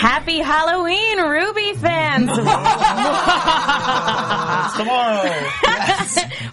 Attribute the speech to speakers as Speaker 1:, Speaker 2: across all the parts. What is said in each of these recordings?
Speaker 1: Happy Halloween, Ruby fans!
Speaker 2: tomorrow.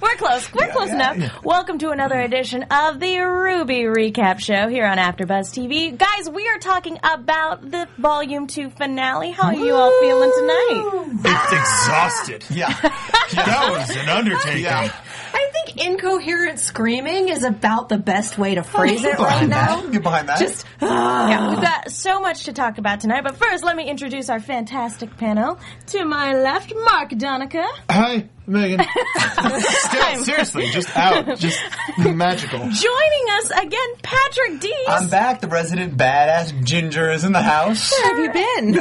Speaker 1: We're close. We're close enough. Welcome to another edition of the Ruby Recap Show here on AfterBuzz TV. Guys, we are talking about the Volume 2 finale. How are you all feeling tonight?
Speaker 2: It's exhausted.
Speaker 3: Yeah.
Speaker 2: That was an undertaking.
Speaker 3: Yeah.
Speaker 4: I think incoherent screaming is about the best way to phrase it right
Speaker 3: Behind
Speaker 4: now.
Speaker 3: that. Get behind that.
Speaker 4: Just
Speaker 1: Yeah, we've got so much to talk about tonight, but first let me introduce our fantastic panel. To my left, Mark Donica.
Speaker 3: hi, Megan.
Speaker 1: I'm-
Speaker 3: Still, seriously, just out, just magical.
Speaker 1: Joining us again, Patrick Dees.
Speaker 3: I'm back. The resident badass ginger is in the house.
Speaker 4: have you been?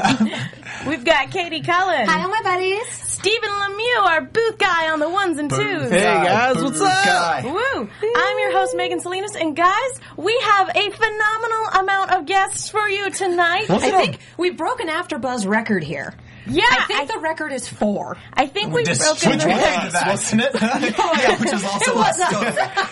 Speaker 1: We've got Katie Cullen.
Speaker 4: Hi, all my buddies.
Speaker 1: Stephen Lemieux, our booth guy on the ones and twos.
Speaker 3: guys, what's up? Guy.
Speaker 1: Woo! I'm your host, Megan Salinas, and guys, we have a phenomenal amount of guests for you tonight.
Speaker 4: I think we broke an AfterBuzz record here.
Speaker 1: yeah,
Speaker 4: I think the record is four.
Speaker 1: I think we've
Speaker 3: Just
Speaker 1: broken
Speaker 3: switch
Speaker 1: the
Speaker 3: ways,
Speaker 1: record.
Speaker 3: wasn't it? yeah, which is also us.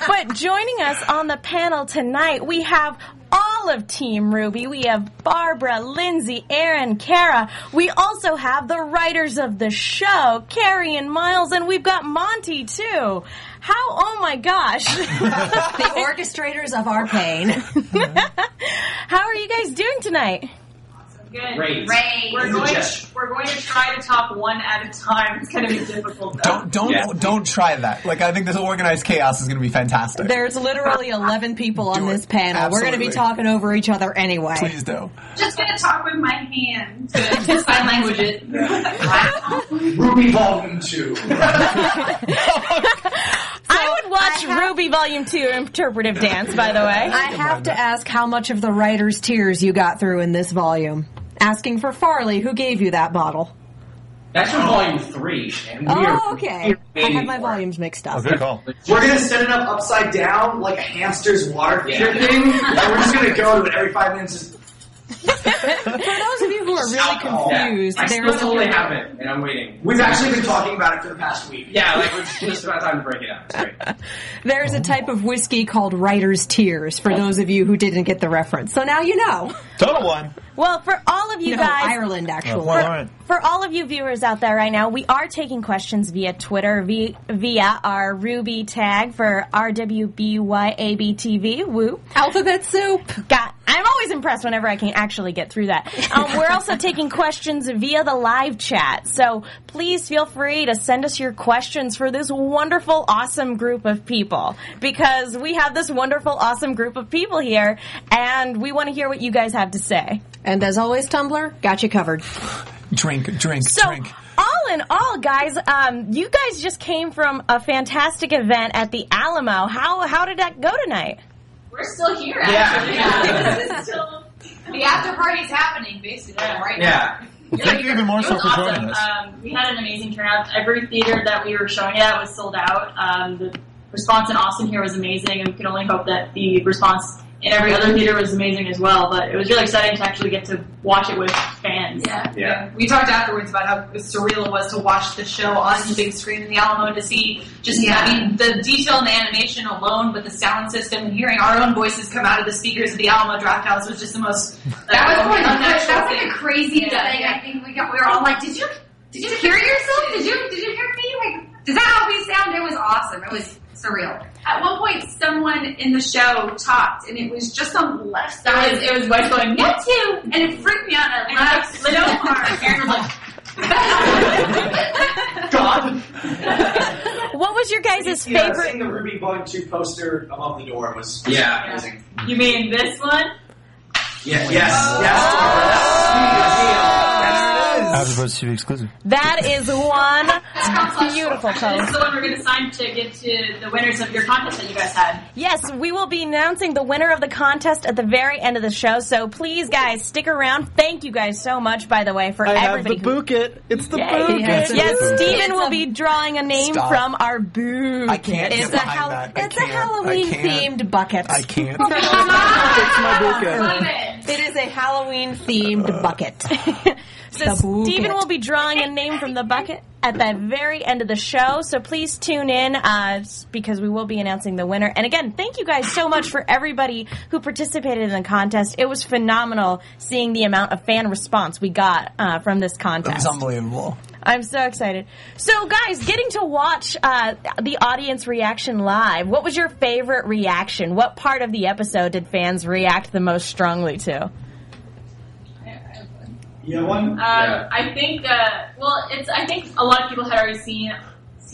Speaker 1: But joining us on the panel tonight, we have all of Team Ruby. We have Barbara, Lindsay, Aaron, Kara. We also have the writers of the show, Carrie and Miles, and we've got Monty too. How? Oh my gosh!
Speaker 4: The orchestrators of our pain.
Speaker 1: How are you guys doing tonight?
Speaker 5: Good.
Speaker 6: Great.
Speaker 5: Great. We're
Speaker 6: Good
Speaker 5: going, to,
Speaker 6: job.
Speaker 5: we're going to try to top one at a time. It's going to be difficult. Though.
Speaker 3: Don't don't
Speaker 6: Yeah.
Speaker 3: don't try that. Like I think this organized chaos is going to be fantastic.
Speaker 4: There's literally 11 people on
Speaker 3: Do it.
Speaker 4: this panel. We're going to be
Speaker 3: Absolutely.
Speaker 4: talking over each other anyway.
Speaker 3: Please do.
Speaker 5: Just going to talk with my hand to sign language it.
Speaker 6: Ruby Volume 2.
Speaker 1: I would watch
Speaker 4: I have-
Speaker 1: Ruby Volume 2 Interpretive Dance, by the way.
Speaker 4: I have to ask how much of the writer's tears you got through in this volume. Asking for Farley, who gave you that bottle?
Speaker 6: That's from Volume 3. And we are-
Speaker 4: Oh, okay. I
Speaker 6: we're
Speaker 4: had my
Speaker 6: waiting
Speaker 4: volumes mixed
Speaker 2: Oh,
Speaker 4: up.
Speaker 3: call.
Speaker 7: We're gonna set it up upside down like a hamster's water feature
Speaker 6: Yeah.
Speaker 7: thing, and we're just gonna go to it every five minutes. Just,
Speaker 4: For those of you who are
Speaker 6: for
Speaker 4: really
Speaker 6: it.
Speaker 4: confused,
Speaker 6: Yeah. I
Speaker 4: there's
Speaker 6: still totally have it, and I'm waiting.
Speaker 7: we've actually been talking about it for the past week.
Speaker 6: Yeah, like we're just about time to break it out. It's great.
Speaker 4: there's a type of whiskey called writer's tears. For those of you who didn't get the reference, so now you know.
Speaker 3: Total one.
Speaker 1: Well, for all of you
Speaker 4: No,
Speaker 1: guys,
Speaker 4: Ireland actually.
Speaker 3: Well, all right.
Speaker 1: for all of you viewers out there right now, we are taking questions via Twitter, via, via our Ruby tag for RWBYABTV. Woo.
Speaker 4: Alphabet soup.
Speaker 1: God, I'm always impressed whenever I can actually get through that. Um, we're also taking questions via the live chat, so please feel free to send us your questions for this wonderful, awesome group of people because we have this wonderful, awesome group of people here, and we want to hear what you guys have to say.
Speaker 4: And as always, Tumblr got you covered.
Speaker 3: Drink, drink,
Speaker 1: So,
Speaker 3: drink.
Speaker 1: all in all, guys, um, you guys just came from a fantastic event at the Alamo. How how did that go tonight?
Speaker 5: We're still here,
Speaker 6: actually.
Speaker 5: actually.
Speaker 6: Yeah.
Speaker 5: this is still, the after party's happening, basically, right now.
Speaker 6: Yeah.
Speaker 3: thank you even more
Speaker 5: It
Speaker 3: so
Speaker 5: was
Speaker 3: for
Speaker 5: awesome.
Speaker 3: joining us.
Speaker 5: Um, we had an amazing turnout. Every theater that we were showing at was sold out. Um, the response in Austin here was amazing, and we can only hope that the response in every other theater was amazing as well. But it was really exciting to actually get to watch it with fans.
Speaker 8: Yeah,
Speaker 6: Yeah.
Speaker 8: yeah. We talked afterwards about how surreal it was to watch the show on the big screen in the Alamo and to see just, I mean, the detail in the animation alone, but the sound system and hearing our own voices come out of the speakers of the Alamo Draft House was just the most.
Speaker 5: That was one of the-
Speaker 8: unnatural
Speaker 5: that was
Speaker 8: thing.
Speaker 5: the craziest
Speaker 8: Yeah,
Speaker 5: thing.
Speaker 8: yeah.
Speaker 5: I think we got we were all like, did you did you hear yourself? Did you did you hear me? Like, does that how we sound? It was awesome. It was surreal.
Speaker 8: At one point, someone in the show talked, and it was just on the left
Speaker 5: That
Speaker 8: side.
Speaker 5: was it was Wes going
Speaker 8: Me
Speaker 5: no
Speaker 8: too! And it freaked me out. and I
Speaker 5: and I
Speaker 8: laughed
Speaker 5: was
Speaker 8: so
Speaker 5: like, no
Speaker 8: hard.
Speaker 5: harm. Aaron was like,
Speaker 7: God,
Speaker 1: What was your guys'
Speaker 7: yeah,
Speaker 1: favorite?
Speaker 7: seeing the Ruby Volume Two poster above the door was
Speaker 6: Yeah.
Speaker 7: amazing.
Speaker 5: you mean this one? Oh.
Speaker 6: Yeah,
Speaker 7: Yes,
Speaker 6: yes.
Speaker 7: yes,
Speaker 3: Yes, Savage Brothers TV exclusive.
Speaker 1: That is one beautiful
Speaker 5: This
Speaker 1: post.
Speaker 5: is the one we're going to sign to give to the winners of your contest that you guys had.
Speaker 1: Yes, we will be announcing the winner of the contest at the very end of the show. So please, guys, stick around. Thank you guys so much, by the way, for
Speaker 9: I have the
Speaker 1: everybody. who-
Speaker 9: bouquet. It's the
Speaker 1: Yay.
Speaker 9: bouquet.
Speaker 4: Yes.
Speaker 1: Yes,
Speaker 4: It's
Speaker 1: Steven
Speaker 4: a-
Speaker 1: will be drawing a name
Speaker 3: Stop.
Speaker 1: from our booth.
Speaker 3: I can't
Speaker 4: It's
Speaker 3: get
Speaker 4: a,
Speaker 3: behind
Speaker 4: hal-
Speaker 3: that. I
Speaker 4: it's a
Speaker 3: can't. I
Speaker 4: Halloween
Speaker 3: can't.
Speaker 4: themed bucket.
Speaker 3: I can't.
Speaker 9: It's my bouquet.
Speaker 4: It is a Halloween themed bucket.
Speaker 1: So
Speaker 4: The bouquet.
Speaker 1: Steven will be drawing a name from the bucket at the very end of the show. So please tune in uh, s- because we will be announcing the winner. And again, thank you guys so much for everybody who participated in the contest. It was phenomenal seeing the amount of fan response we got uh, from this contest.
Speaker 3: It's unbelievable.
Speaker 1: I'm so excited. So, guys, getting to watch uh, the audience reaction live. What was your favorite reaction? What part of the episode did fans react the most strongly to?
Speaker 7: You know one?
Speaker 5: Um,
Speaker 6: Yeah.
Speaker 5: I think. Uh, well, it's. I think a lot of people had already seen uh,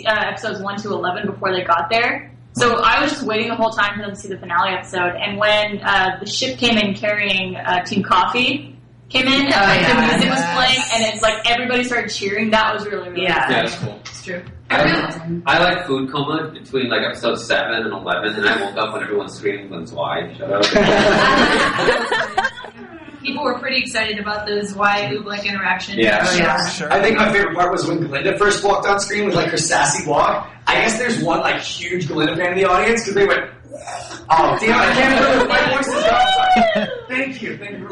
Speaker 5: episodes one to eleven before they got there. So I was just waiting the whole time for them to see the finale episode. And when uh, the ship came in carrying uh, Team Coffee came in, and, like, the music was playing, and it's like everybody started cheering. That was really, really
Speaker 8: Yeah.
Speaker 6: Yeah, that's cool.
Speaker 8: It's true.
Speaker 6: I, I like food coma between like episode seven and eleven, and I woke up when everyone's screaming Lynn's why. Shut up.
Speaker 8: People were pretty excited about those why Oobleck interactions.
Speaker 6: Yeah.
Speaker 8: Oh, yeah.
Speaker 3: Sure.
Speaker 7: I think my favorite part was when Glinda first walked on screen with like her sassy walk. I guess there's one like huge Glinda fan in the audience because they went, "Oh damn, I can't do it. My voice is gone." Thank you, thank you.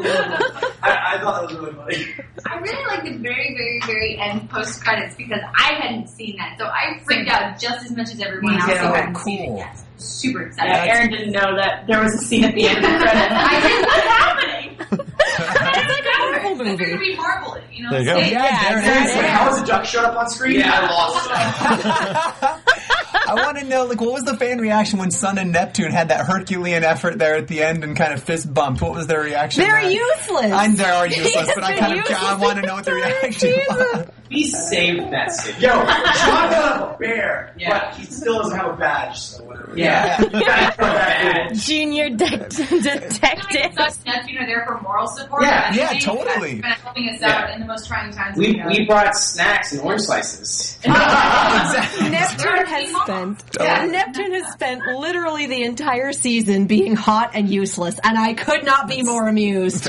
Speaker 7: I, I thought that was really funny.
Speaker 10: I really like the very, very, very end post credits because I hadn't seen that, so I freaked out just as much as everyone
Speaker 8: Me
Speaker 10: else.
Speaker 8: too.
Speaker 10: who
Speaker 8: Oh,
Speaker 10: hadn't seen it yet. Super excited.
Speaker 5: Yeah, Aaron didn't know that there was a scene at the end of the credits. I didn't know happening.
Speaker 4: Marvel
Speaker 8: It's going to
Speaker 4: movie.
Speaker 8: be Marvel, you know.
Speaker 3: There you go.
Speaker 8: It-
Speaker 1: Yeah,
Speaker 7: Seriously, how is a duck showed up on screen?
Speaker 6: Yeah,
Speaker 7: I lost.
Speaker 3: I want to know, like, what was the fan reaction when Sun and Neptune had that Herculean effort there at the end and kind of fist bumped? What was their reaction?
Speaker 4: They're
Speaker 3: there?
Speaker 4: useless.
Speaker 3: I'm they are useless,
Speaker 1: Yes,
Speaker 3: but I
Speaker 1: they're
Speaker 3: kind of
Speaker 1: useless
Speaker 3: I want to know what the
Speaker 1: entire
Speaker 3: reaction was.
Speaker 6: he saved that scene.
Speaker 7: Yo, Sean got a bear,
Speaker 6: Yeah.
Speaker 7: but he still doesn't have a badge, so whatever.
Speaker 6: Yeah.
Speaker 7: That's not bad.
Speaker 1: Junior de- detective.
Speaker 8: Such nephew are there for moral support.
Speaker 7: Yeah,
Speaker 8: and
Speaker 3: yeah,
Speaker 8: everything.
Speaker 3: totally.
Speaker 8: That's been helping us
Speaker 6: Yeah.
Speaker 8: out in the most trying times.
Speaker 6: We
Speaker 8: know.
Speaker 6: we brought snacks and orange slices.
Speaker 4: Neptune has spent. Yeah, Neptune has spent literally the entire season being hot and useless, and I could not be more amused.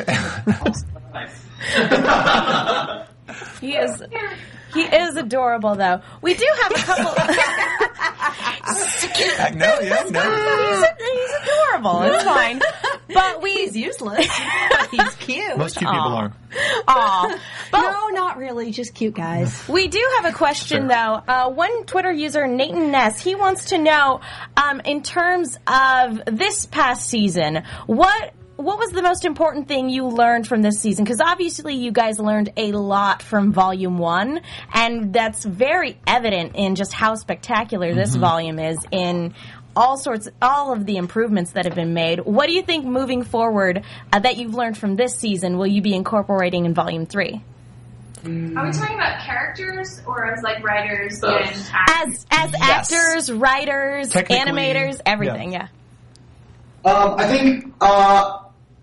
Speaker 1: He is. He is adorable, though. We do have a couple.
Speaker 3: I know, yeah,
Speaker 1: he's,
Speaker 3: no.
Speaker 1: he's adorable. It's fine, but we.
Speaker 4: He's useless. He's cute.
Speaker 3: Most cute people are.
Speaker 1: Aw.
Speaker 4: no, not really. Just cute guys.
Speaker 1: We do have a question though. Uh, one Twitter user, Nathan Ness, he wants to know, um, in terms of this past season, what what was the most important thing you learned from this season? Because obviously you guys learned a lot from Volume One, and that's very evident in just how spectacular this volume is in. All sorts, all of the improvements that have been made. What do you think moving forward uh, that you've learned from this season will you be incorporating in Volume 3?
Speaker 10: Are we talking about characters or as like writers
Speaker 6: Both.
Speaker 10: and actors?
Speaker 1: as as actors, writers,
Speaker 3: Technically,
Speaker 1: animators, everything. Yeah.
Speaker 7: Um, I think uh,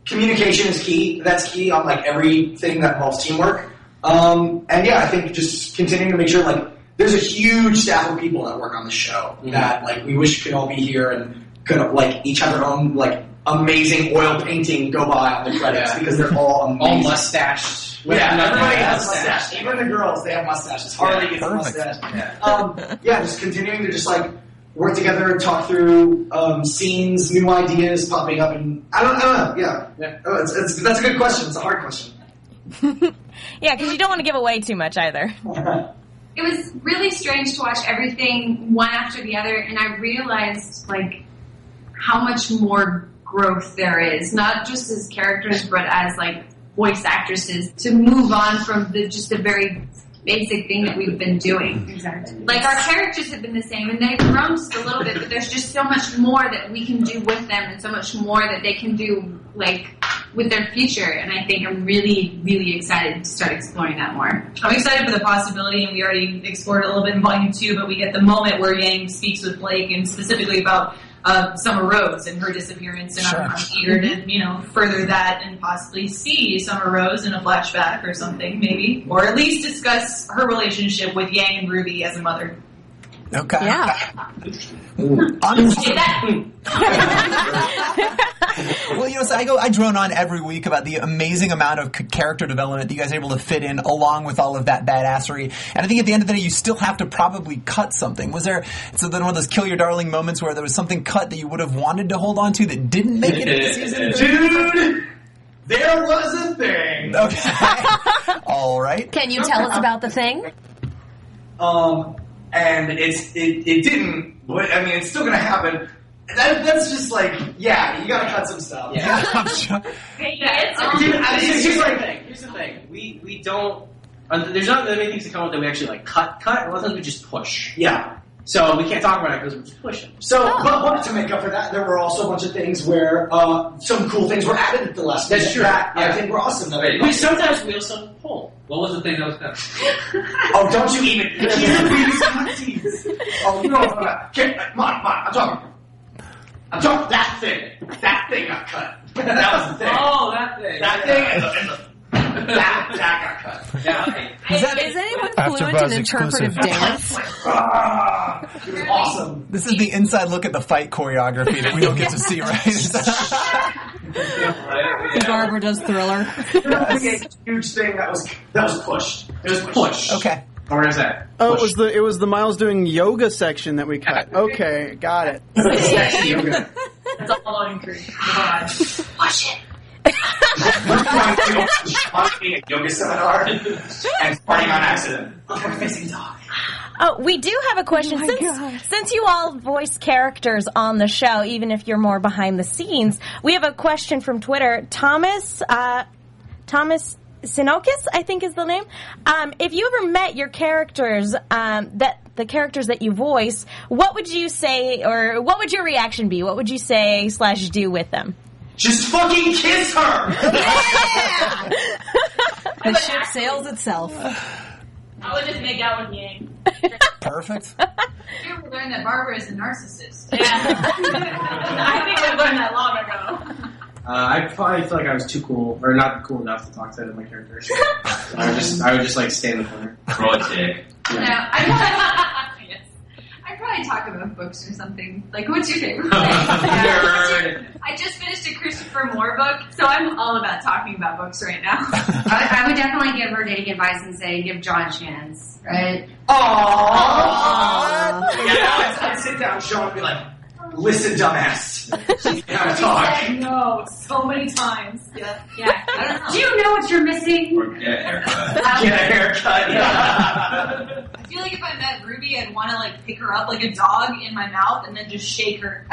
Speaker 7: communication is key. That's key on like everything that involves teamwork. Um, and yeah, I think just continuing to make sure like there's a huge staff of people that work on the show that like we wish could all be here and could like each have their own like amazing oil painting go by on the credits
Speaker 6: Yeah.
Speaker 7: because they're all
Speaker 6: All
Speaker 7: amazing.
Speaker 6: mustached.
Speaker 7: yeah,
Speaker 6: Nothing
Speaker 7: everybody has a
Speaker 6: else.
Speaker 7: mustache. Even the girls, they have mustaches. Harley gets a
Speaker 3: Perfect.
Speaker 7: mustache um, yeah, just continuing to just like work together, talk through um, scenes, new ideas popping up, and I don't, I don't know. Yeah, yeah. Oh, it's, it's, that's a good question. It's a hard question.
Speaker 1: Yeah, because you don't want to give away too much either.
Speaker 10: It was really strange to watch everything one after the other, and I realized like how much more growth there is, not just as characters, but as like voice actresses to move on from the just the very basic thing that we've been doing. Exactly. Like our characters have been the same and they've grown just a little bit, but there's just so much more that we can do with them and so much more that they can do like with their future and I think I'm really, really excited to start exploring that more.
Speaker 8: I'm excited for the possibility, and we already explored it a little bit in volume two, but we get the moment where Yang speaks with Blake and specifically about of Summer Rose and her disappearance, and I'm, I'm eager to you know further that and possibly see Summer Rose in a flashback or something, maybe, or at least discuss her relationship with Yang and Ruby as a mother.
Speaker 3: Okay.
Speaker 4: Yeah.
Speaker 3: well, you know, so I go, I drone on every week about the amazing amount of c- character development that you guys are able to fit in along with all of that badassery. And I think at the end of the day, you still have to probably cut something. Was there, so then one of those kill your darling moments where there was something cut that you would have wanted to hold on to that didn't make it into season
Speaker 7: Dude, there was a thing.
Speaker 3: Okay. all right.
Speaker 11: Can you tell us about the thing?
Speaker 7: Um, and it's it, it didn't. What, I mean, it's still gonna happen. That, that's just like, yeah, you gotta cut some stuff.
Speaker 12: Yeah.
Speaker 7: Dude, I-
Speaker 12: here's, here's
Speaker 7: here's
Speaker 12: the
Speaker 7: my
Speaker 12: thing. Here's the thing. We we don't. uh, There's not that many things in common that we actually like cut. Cut. A lot of times we just push.
Speaker 7: Yeah.
Speaker 12: So we can't talk about it because we just push it.
Speaker 7: So, but, but to make up for that, there were also a bunch of things where uh, some cool things were added at the last.
Speaker 12: That's
Speaker 7: minute
Speaker 12: true.
Speaker 7: That I
Speaker 12: Yeah.
Speaker 7: think were awesome. That
Speaker 6: Wait,
Speaker 7: I-
Speaker 12: We sometimes we also pull.
Speaker 6: What was the thing that was cut?
Speaker 7: Oh, don't you even. He's the biggest cuties. Oh, no, no, uh, no. Get, Mon, Mon, I'm talking. I'm talking that thing. That thing got cut. That was the thing.
Speaker 12: Oh, that thing.
Speaker 7: That thing and the, and the that, that got cut.
Speaker 11: Is, anyone
Speaker 3: After
Speaker 11: fluent
Speaker 3: Buzz
Speaker 11: in interpretive
Speaker 3: exclusive.
Speaker 11: dance?
Speaker 7: It was awesome.
Speaker 3: This is the inside look at the fight choreography that we don't get to see, right?
Speaker 4: Barbara does thriller.
Speaker 7: That was a huge thing that was that was pushed. It was pushed.
Speaker 3: okay.
Speaker 12: Or is that?
Speaker 9: Oh, it was the it was the Miles doing yoga section that we cut. Okay, got it.
Speaker 12: Sexy yoga.
Speaker 8: That's all loading crew. God. Watch it.
Speaker 7: a yoga seminar and farting on accident. Okay, facing dog.
Speaker 1: Oh, we do have a question. since, since you all voice characters on the show, even if you're more behind the scenes, we have a question from Twitter. Thomas, uh, Thomas Sinokis, I think is the name. Um, if you ever met your characters, um, that the characters that you voice, what would you say, or what would your reaction be? What would you say slash do with them?
Speaker 7: Just fucking kiss her.
Speaker 4: The ship sails itself.
Speaker 8: I would just make out with Yang.
Speaker 3: Perfect.
Speaker 10: You ever learn that Barbara is a narcissist?
Speaker 8: I think I learned that long ago.
Speaker 12: Uh, I probably feel like I was too cool, or not cool enough to talk to my character. So I would just, I would just like stay in the corner.
Speaker 6: Project.
Speaker 10: No, I probably, yes. I probably talk about books or something. Like, what's your favorite? book?
Speaker 6: Nerd.
Speaker 10: I just finished a Christopher Moore book, so I'm all about talking about books right now. I, I would definitely give her dating advice and say, give John a chance, right?
Speaker 7: Aww. Yeah, I'd, I'd sit down, show and be like, "Listen, dumbass, you gotta talk."
Speaker 8: She said no so many times. Yeah.
Speaker 10: Yeah. Do you know what you're missing?
Speaker 6: Or get a haircut.
Speaker 7: Get a haircut.
Speaker 8: I feel like if I met Ruby, I'd want to like pick her up like a dog in my mouth and then just shake her.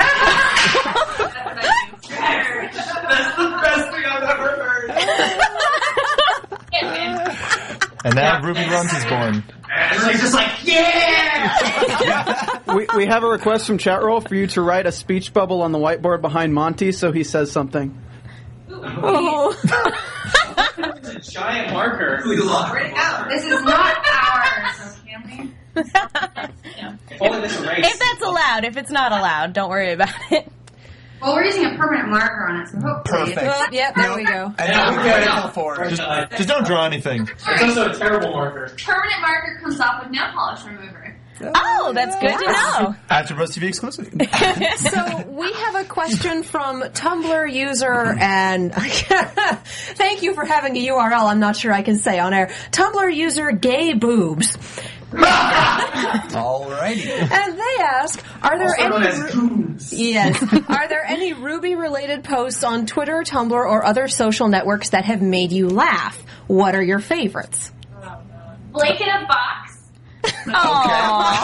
Speaker 7: That's the best thing I've ever heard.
Speaker 13: And now Ruby Runs is born.
Speaker 7: And she's just like, yeah!
Speaker 9: We, we have a request from Chatroll for you to write a speech bubble on the whiteboard behind Monty so he says something.
Speaker 10: Oh.
Speaker 12: It's a giant marker.
Speaker 6: We love
Speaker 12: Where'd it go?
Speaker 10: This is not ours, okay?
Speaker 12: If only this erased.
Speaker 1: If that's allowed, if it's not allowed, don't worry about it.
Speaker 10: Well, we're using a permanent marker on it, so hopefully.
Speaker 3: Perfect. Oh,
Speaker 10: yep, there we go.
Speaker 3: And now we gotta go forward.
Speaker 13: Just, just don't draw anything.
Speaker 12: It's also a terrible marker.
Speaker 10: Permanent marker comes off with nail polish remover.
Speaker 1: Oh, that's good to know.
Speaker 13: After Buzz TV exclusive.
Speaker 4: so we have a question from Tumblr user and thank you for having a URL I'm not sure I can say on air. Tumblr user gay boobs.
Speaker 3: Alrighty.
Speaker 4: And they ask, are there
Speaker 7: Also known
Speaker 4: any
Speaker 7: as
Speaker 4: Yes. Are there any Ruby related posts on Twitter, Tumblr, or other social networks that have made you laugh? What are your favorites?
Speaker 10: Blake in a box.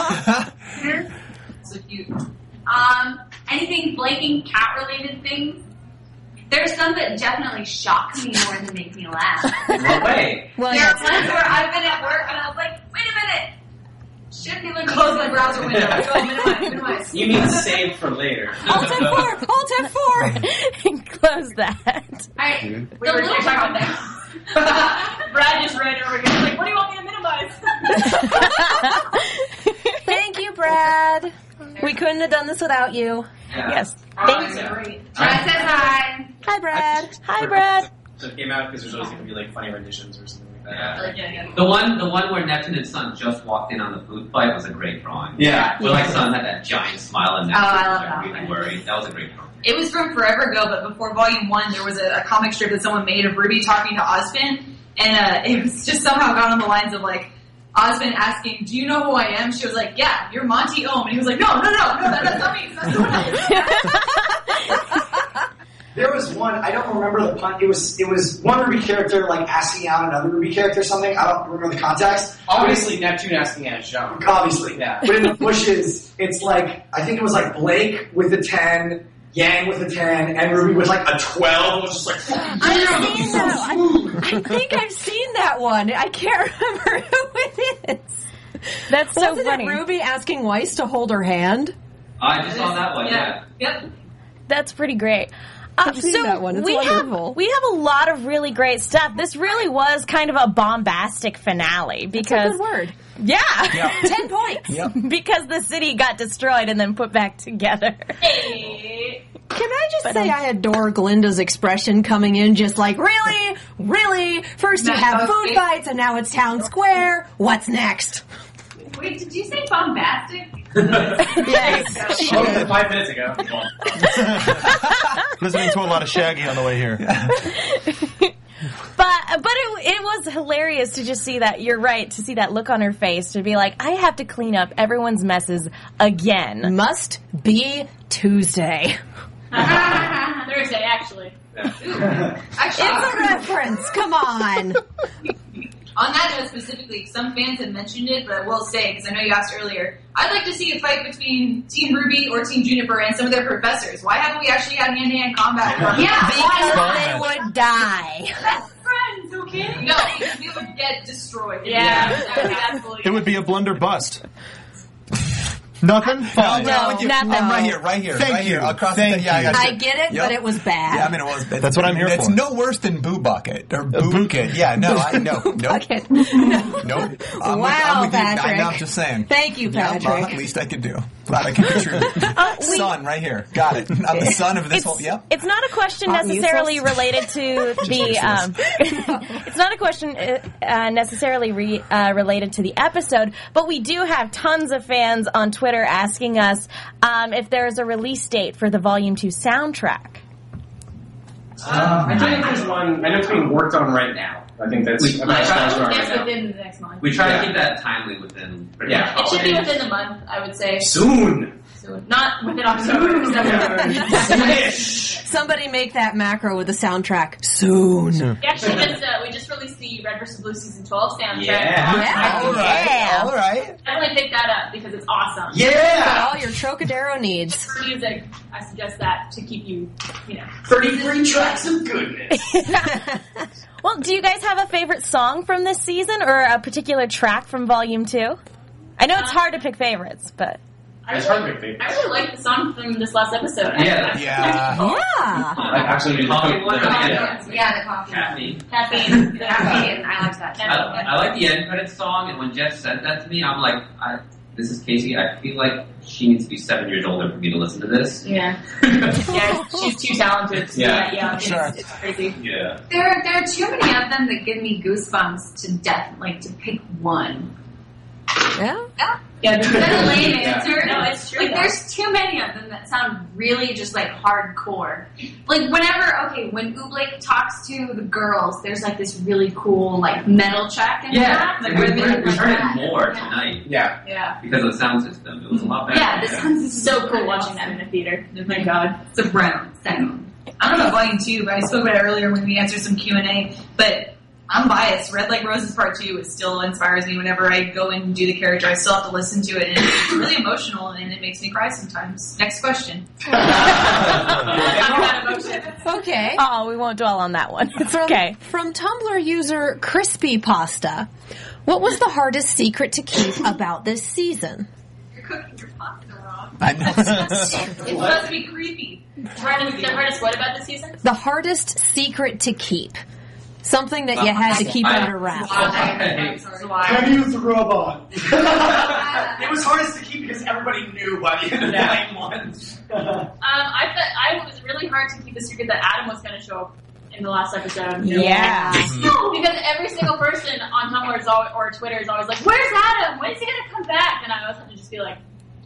Speaker 10: so cute. Um, anything Blake and cat related things? There's some that definitely shock me more than make me laugh.
Speaker 12: No way.
Speaker 4: Well,
Speaker 10: there are ones where I've been at work and I was like, wait a minute, shouldn't be looking
Speaker 8: Close my
Speaker 12: Oh,
Speaker 8: browser window.
Speaker 10: Go minimize, minimize.
Speaker 12: You need save for later.
Speaker 4: Alt F4! Alt F4!
Speaker 1: Close that.
Speaker 10: I, the
Speaker 8: We were
Speaker 10: little
Speaker 8: talking about
Speaker 10: comments.
Speaker 8: Brad just ran over here. He's like, what do you want me to minimize?
Speaker 4: Thank you, Brad. We couldn't have done this without you.
Speaker 6: Yeah,
Speaker 1: Yes. Thank
Speaker 5: Brad
Speaker 1: you.
Speaker 5: says hi.
Speaker 1: Hi, Brad. Hi, Brad.
Speaker 14: So it came out because there's always going to be like funny renditions or something like that.
Speaker 6: The one, the one where Neptune and Sun just walked in on the food fight was a great drawing.
Speaker 14: Yeah.
Speaker 6: Will I Sun had that giant smile and
Speaker 8: Oh,
Speaker 6: Neptune
Speaker 8: I
Speaker 6: was
Speaker 8: love
Speaker 6: like
Speaker 8: that
Speaker 6: really worried. That was a great drawing.
Speaker 8: It was from forever ago, but before Volume One, there was a, a comic strip that someone made of Ruby talking to Osmond, and uh, it was just somehow got on the lines of like Osmond asking, "Do you know who I am?" She was like, "Yeah, you're Monty Ohm," and he was like, "No, no, no, no, that, that's not me."
Speaker 7: There was one I don't remember the pun. It was it was one Ruby character like asking out another Ruby character or something. I don't remember the context.
Speaker 14: Obviously, Neptune asking out Jean.
Speaker 7: Obviously,
Speaker 14: Yeah.
Speaker 7: But in the bushes, it's like I think it was like Blake with a ten, Yang with a ten, and Ruby with like a twelve. It was just like
Speaker 4: I've seen that. I, I think I've seen that one. I can't remember who it is.
Speaker 1: That's
Speaker 4: so Wasn't funny. It Ruby asking Weiss to hold her hand.
Speaker 6: I just saw that one. Yeah.
Speaker 8: Yep.
Speaker 1: That's pretty great. Uh,
Speaker 4: seen
Speaker 1: so
Speaker 4: that one. It's
Speaker 1: we
Speaker 4: wonderful.
Speaker 1: have we have a lot of really great stuff. This really was kind of a bombastic finale because
Speaker 4: word.
Speaker 1: Yeah.
Speaker 4: Yeah. 10 points.
Speaker 1: because the city got destroyed and then put back together.
Speaker 4: Can I just say I adore Glinda's expression coming in just like, really? Really? First you
Speaker 5: Not
Speaker 4: have
Speaker 5: both
Speaker 4: food
Speaker 5: big-
Speaker 4: fights and now it's town square. What's next?
Speaker 5: Wait, did you say bombastic?
Speaker 4: yes.
Speaker 14: Oh, five minutes ago.
Speaker 13: Listening to a lot of Shaggy on the way here.
Speaker 1: But but it it was hilarious to just see that. You're right to see that look on her face to be like, I have to clean up everyone's messes again.
Speaker 4: Must be Tuesday.
Speaker 8: Thursday, actually.
Speaker 4: It's a reference. Come on.
Speaker 8: On that note specifically, some fans have mentioned it, but I will say because I know you asked earlier. I'd like to see a fight between Team Ruby or Team Juniper and some of their professors. Why haven't we actually had hand-to-hand combat?
Speaker 4: Yeah,
Speaker 8: Why
Speaker 4: because they would die.
Speaker 8: Best friends, okay? No, we would get destroyed.
Speaker 13: Yeah.
Speaker 8: That would absolutely.
Speaker 13: It would be a blunder bust. Nothing? Fine.
Speaker 3: No, I'm with you.
Speaker 4: Oh, nothing.
Speaker 3: I'm right here, right here,
Speaker 13: Thank
Speaker 3: right here.
Speaker 13: you.
Speaker 3: Across
Speaker 13: Thank
Speaker 3: the, yeah, I,
Speaker 13: you.
Speaker 3: got
Speaker 4: I get it,
Speaker 3: Yep.
Speaker 4: but it was bad.
Speaker 3: Yeah, I mean, it was. That's,
Speaker 13: what I'm here
Speaker 3: it's
Speaker 13: for.
Speaker 3: no worse than Boo Bucket or Boo Bucket. Yeah, no, I no, no, no. I'm with- I'm
Speaker 4: Wow,
Speaker 3: with you. I know,
Speaker 4: Patrick.
Speaker 3: I'm just saying.
Speaker 4: Thank you,
Speaker 3: Yeah, well,
Speaker 4: Patrick. Uh,
Speaker 3: at least I could do. Glad I can picture it. Son, right here. Got it. I'm the son of this
Speaker 1: It's-
Speaker 3: whole. Yep.
Speaker 1: It's not a question
Speaker 3: Hot
Speaker 1: necessarily
Speaker 3: mucilage.
Speaker 1: related to the.
Speaker 3: mucilage.
Speaker 1: Um, it's not a question uh, uh, necessarily re, uh, related to the episode, but we do have tons of fans on Twitter asking us um, if there is a release date for the Volume Two soundtrack.
Speaker 14: Uh, I think there's one. I know it's being worked on right now. I think that's.
Speaker 6: We-
Speaker 14: I'm not sure it's
Speaker 8: It's
Speaker 14: right now.
Speaker 8: within the next month.
Speaker 6: We try
Speaker 14: Yeah.
Speaker 6: to keep that timely within pretty
Speaker 14: Yeah.
Speaker 6: much
Speaker 8: It
Speaker 6: all
Speaker 8: should be
Speaker 6: days.
Speaker 8: within the month, I would say.
Speaker 14: Soon.
Speaker 8: Soon. Not within October. because that would-
Speaker 14: Soonish.
Speaker 4: Somebody make that macro with a soundtrack soon.
Speaker 8: We actually just uh, we just released the Red vs Blue season twelve soundtrack.
Speaker 14: Yeah.
Speaker 4: Yeah.
Speaker 3: All right.
Speaker 4: Yeah.
Speaker 3: All right.
Speaker 8: Definitely pick that up because it's awesome.
Speaker 4: For
Speaker 14: Yeah.
Speaker 4: all your Trocadero needs.
Speaker 8: For music, I suggest that to keep you, you know.
Speaker 7: thirty-three tracks of goodness.
Speaker 1: Well, do you guys have a favorite song from this season or a particular track from Volume Two? I know it's hard to pick favorites, but
Speaker 8: I
Speaker 14: It's
Speaker 8: really,
Speaker 14: hard to pick.
Speaker 8: I really like the song from this last episode.
Speaker 6: Yeah.
Speaker 3: Yeah.
Speaker 4: Yeah.
Speaker 14: I absolutely
Speaker 6: Coffee one on the
Speaker 14: Yeah.
Speaker 6: end.
Speaker 5: Yeah, the coffee.
Speaker 6: Caffeine.
Speaker 8: Caffeine.
Speaker 5: Caffeine. I liked that.
Speaker 6: I, I like the end credits song, and when Jeff said that to me, I'm like, I, this is Casey. I feel like she needs to be seven years older for me to listen to this.
Speaker 8: Yeah. yeah, she's too talented. to do
Speaker 6: Yeah.
Speaker 8: that, yeah. It's,
Speaker 3: Sure.
Speaker 8: it's crazy.
Speaker 6: Yeah.
Speaker 5: There, are, there are too many of them that give me goosebumps to death. Like to pick one.
Speaker 4: Yeah.
Speaker 8: Yeah,
Speaker 5: Is that a lame
Speaker 14: Yeah.
Speaker 5: answer?
Speaker 8: No, it's true,
Speaker 5: Like
Speaker 8: though.
Speaker 5: there's too many of them that sound really just like hardcore. Like whenever, okay, when Oobleck talks to the girls, there's like this really cool like metal track in
Speaker 6: Yeah.
Speaker 5: that.
Speaker 6: And we, we, we
Speaker 5: like
Speaker 6: heard
Speaker 5: that.
Speaker 6: it more
Speaker 5: Yeah.
Speaker 6: tonight
Speaker 14: Yeah.
Speaker 8: Yeah.
Speaker 6: because of the sound system. It was a lot better.
Speaker 5: Yeah, this sounds
Speaker 8: So cool watching that in a theater. Oh my god. It's a brown sound. I don't know about volume two, but I spoke about it earlier when we answered some Q and A, but I'm biased. Red Like Roses Part Two is still inspires me whenever I go and do the character. I still have to listen to it and it's really emotional and it makes me cry sometimes. Next question. I'm not emotional.
Speaker 4: Okay.
Speaker 1: oh, we won't dwell on that one. It's
Speaker 4: from,
Speaker 1: okay.
Speaker 4: From Tumblr user Crispy Pasta. What was the hardest secret to keep about this season?
Speaker 8: You're cooking your pasta wrong.
Speaker 3: I know.
Speaker 8: It's supposed to be creepy. The hardest, the hardest what about this season?
Speaker 4: The hardest secret to keep. Something that you had to keep
Speaker 10: I-
Speaker 4: under wraps.
Speaker 10: Can
Speaker 7: you throw a ball?
Speaker 2: it was hardest to keep because everybody knew by the end of nine months.
Speaker 5: Um, I thought I it was really hard to keep the secret that Adam was going to show up in the last episode.
Speaker 1: Yeah.
Speaker 5: No, because every single person on Tumblr is always, or Twitter is always like, "Where's Adam? When's he going to come back?" And I always have to just be like,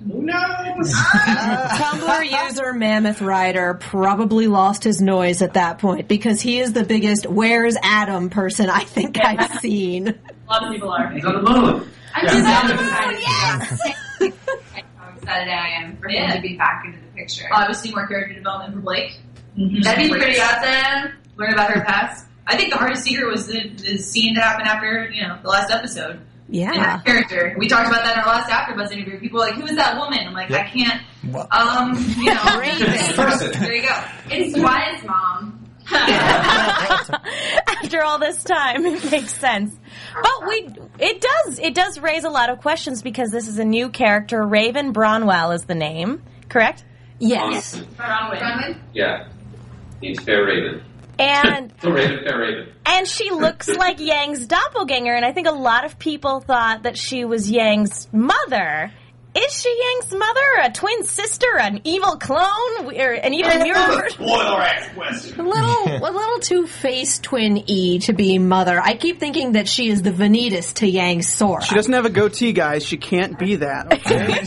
Speaker 2: "Who knows?"
Speaker 4: Tumblr user Mammoth Rider probably lost his noise at that point because he is the biggest "Where's Adam" person I think I've seen.
Speaker 5: A lot of people are.
Speaker 6: He's on the moon.
Speaker 10: I'm
Speaker 4: Yeah.
Speaker 10: just
Speaker 4: Yeah.
Speaker 10: so excited. How excited I am for him
Speaker 5: Yeah.
Speaker 10: to be back into the picture.
Speaker 8: Oh,
Speaker 10: Mm-hmm.
Speaker 5: Obviously, more character development for Blake.
Speaker 6: Mm-hmm.
Speaker 8: That'd be
Speaker 5: Blake.
Speaker 8: pretty awesome. Learn about her past. I think the hardest secret was the, the scene that happened after you know the last episode. And
Speaker 4: Yeah.
Speaker 8: her character. We talked about that in our last AfterBuzz interview. People were like, "Who is that woman?" I'm like, "I can't." Um, you know, there you go.
Speaker 10: It's wise, mom.
Speaker 1: after all this time. It makes sense. But we it does it does raise a lot of questions because this is a new character. Raven Bronwell is the name, correct?
Speaker 6: Yes.
Speaker 10: Bronwyn?
Speaker 6: Yeah. He's Fair Raven.
Speaker 1: And
Speaker 6: So Raven, Fair Raven.
Speaker 1: and she looks like Yang's doppelganger and I think a lot of people thought that she was Yang's mother. Is she Yang's mother? A twin sister? An evil clone? Or an even mirror version?
Speaker 2: Spoiler ass question.
Speaker 4: A little, a little too face twin E to be mother. I keep thinking that she is the Vanitas to Yang Sora.
Speaker 9: She doesn't have a goatee, guys. She can't be that. Okay?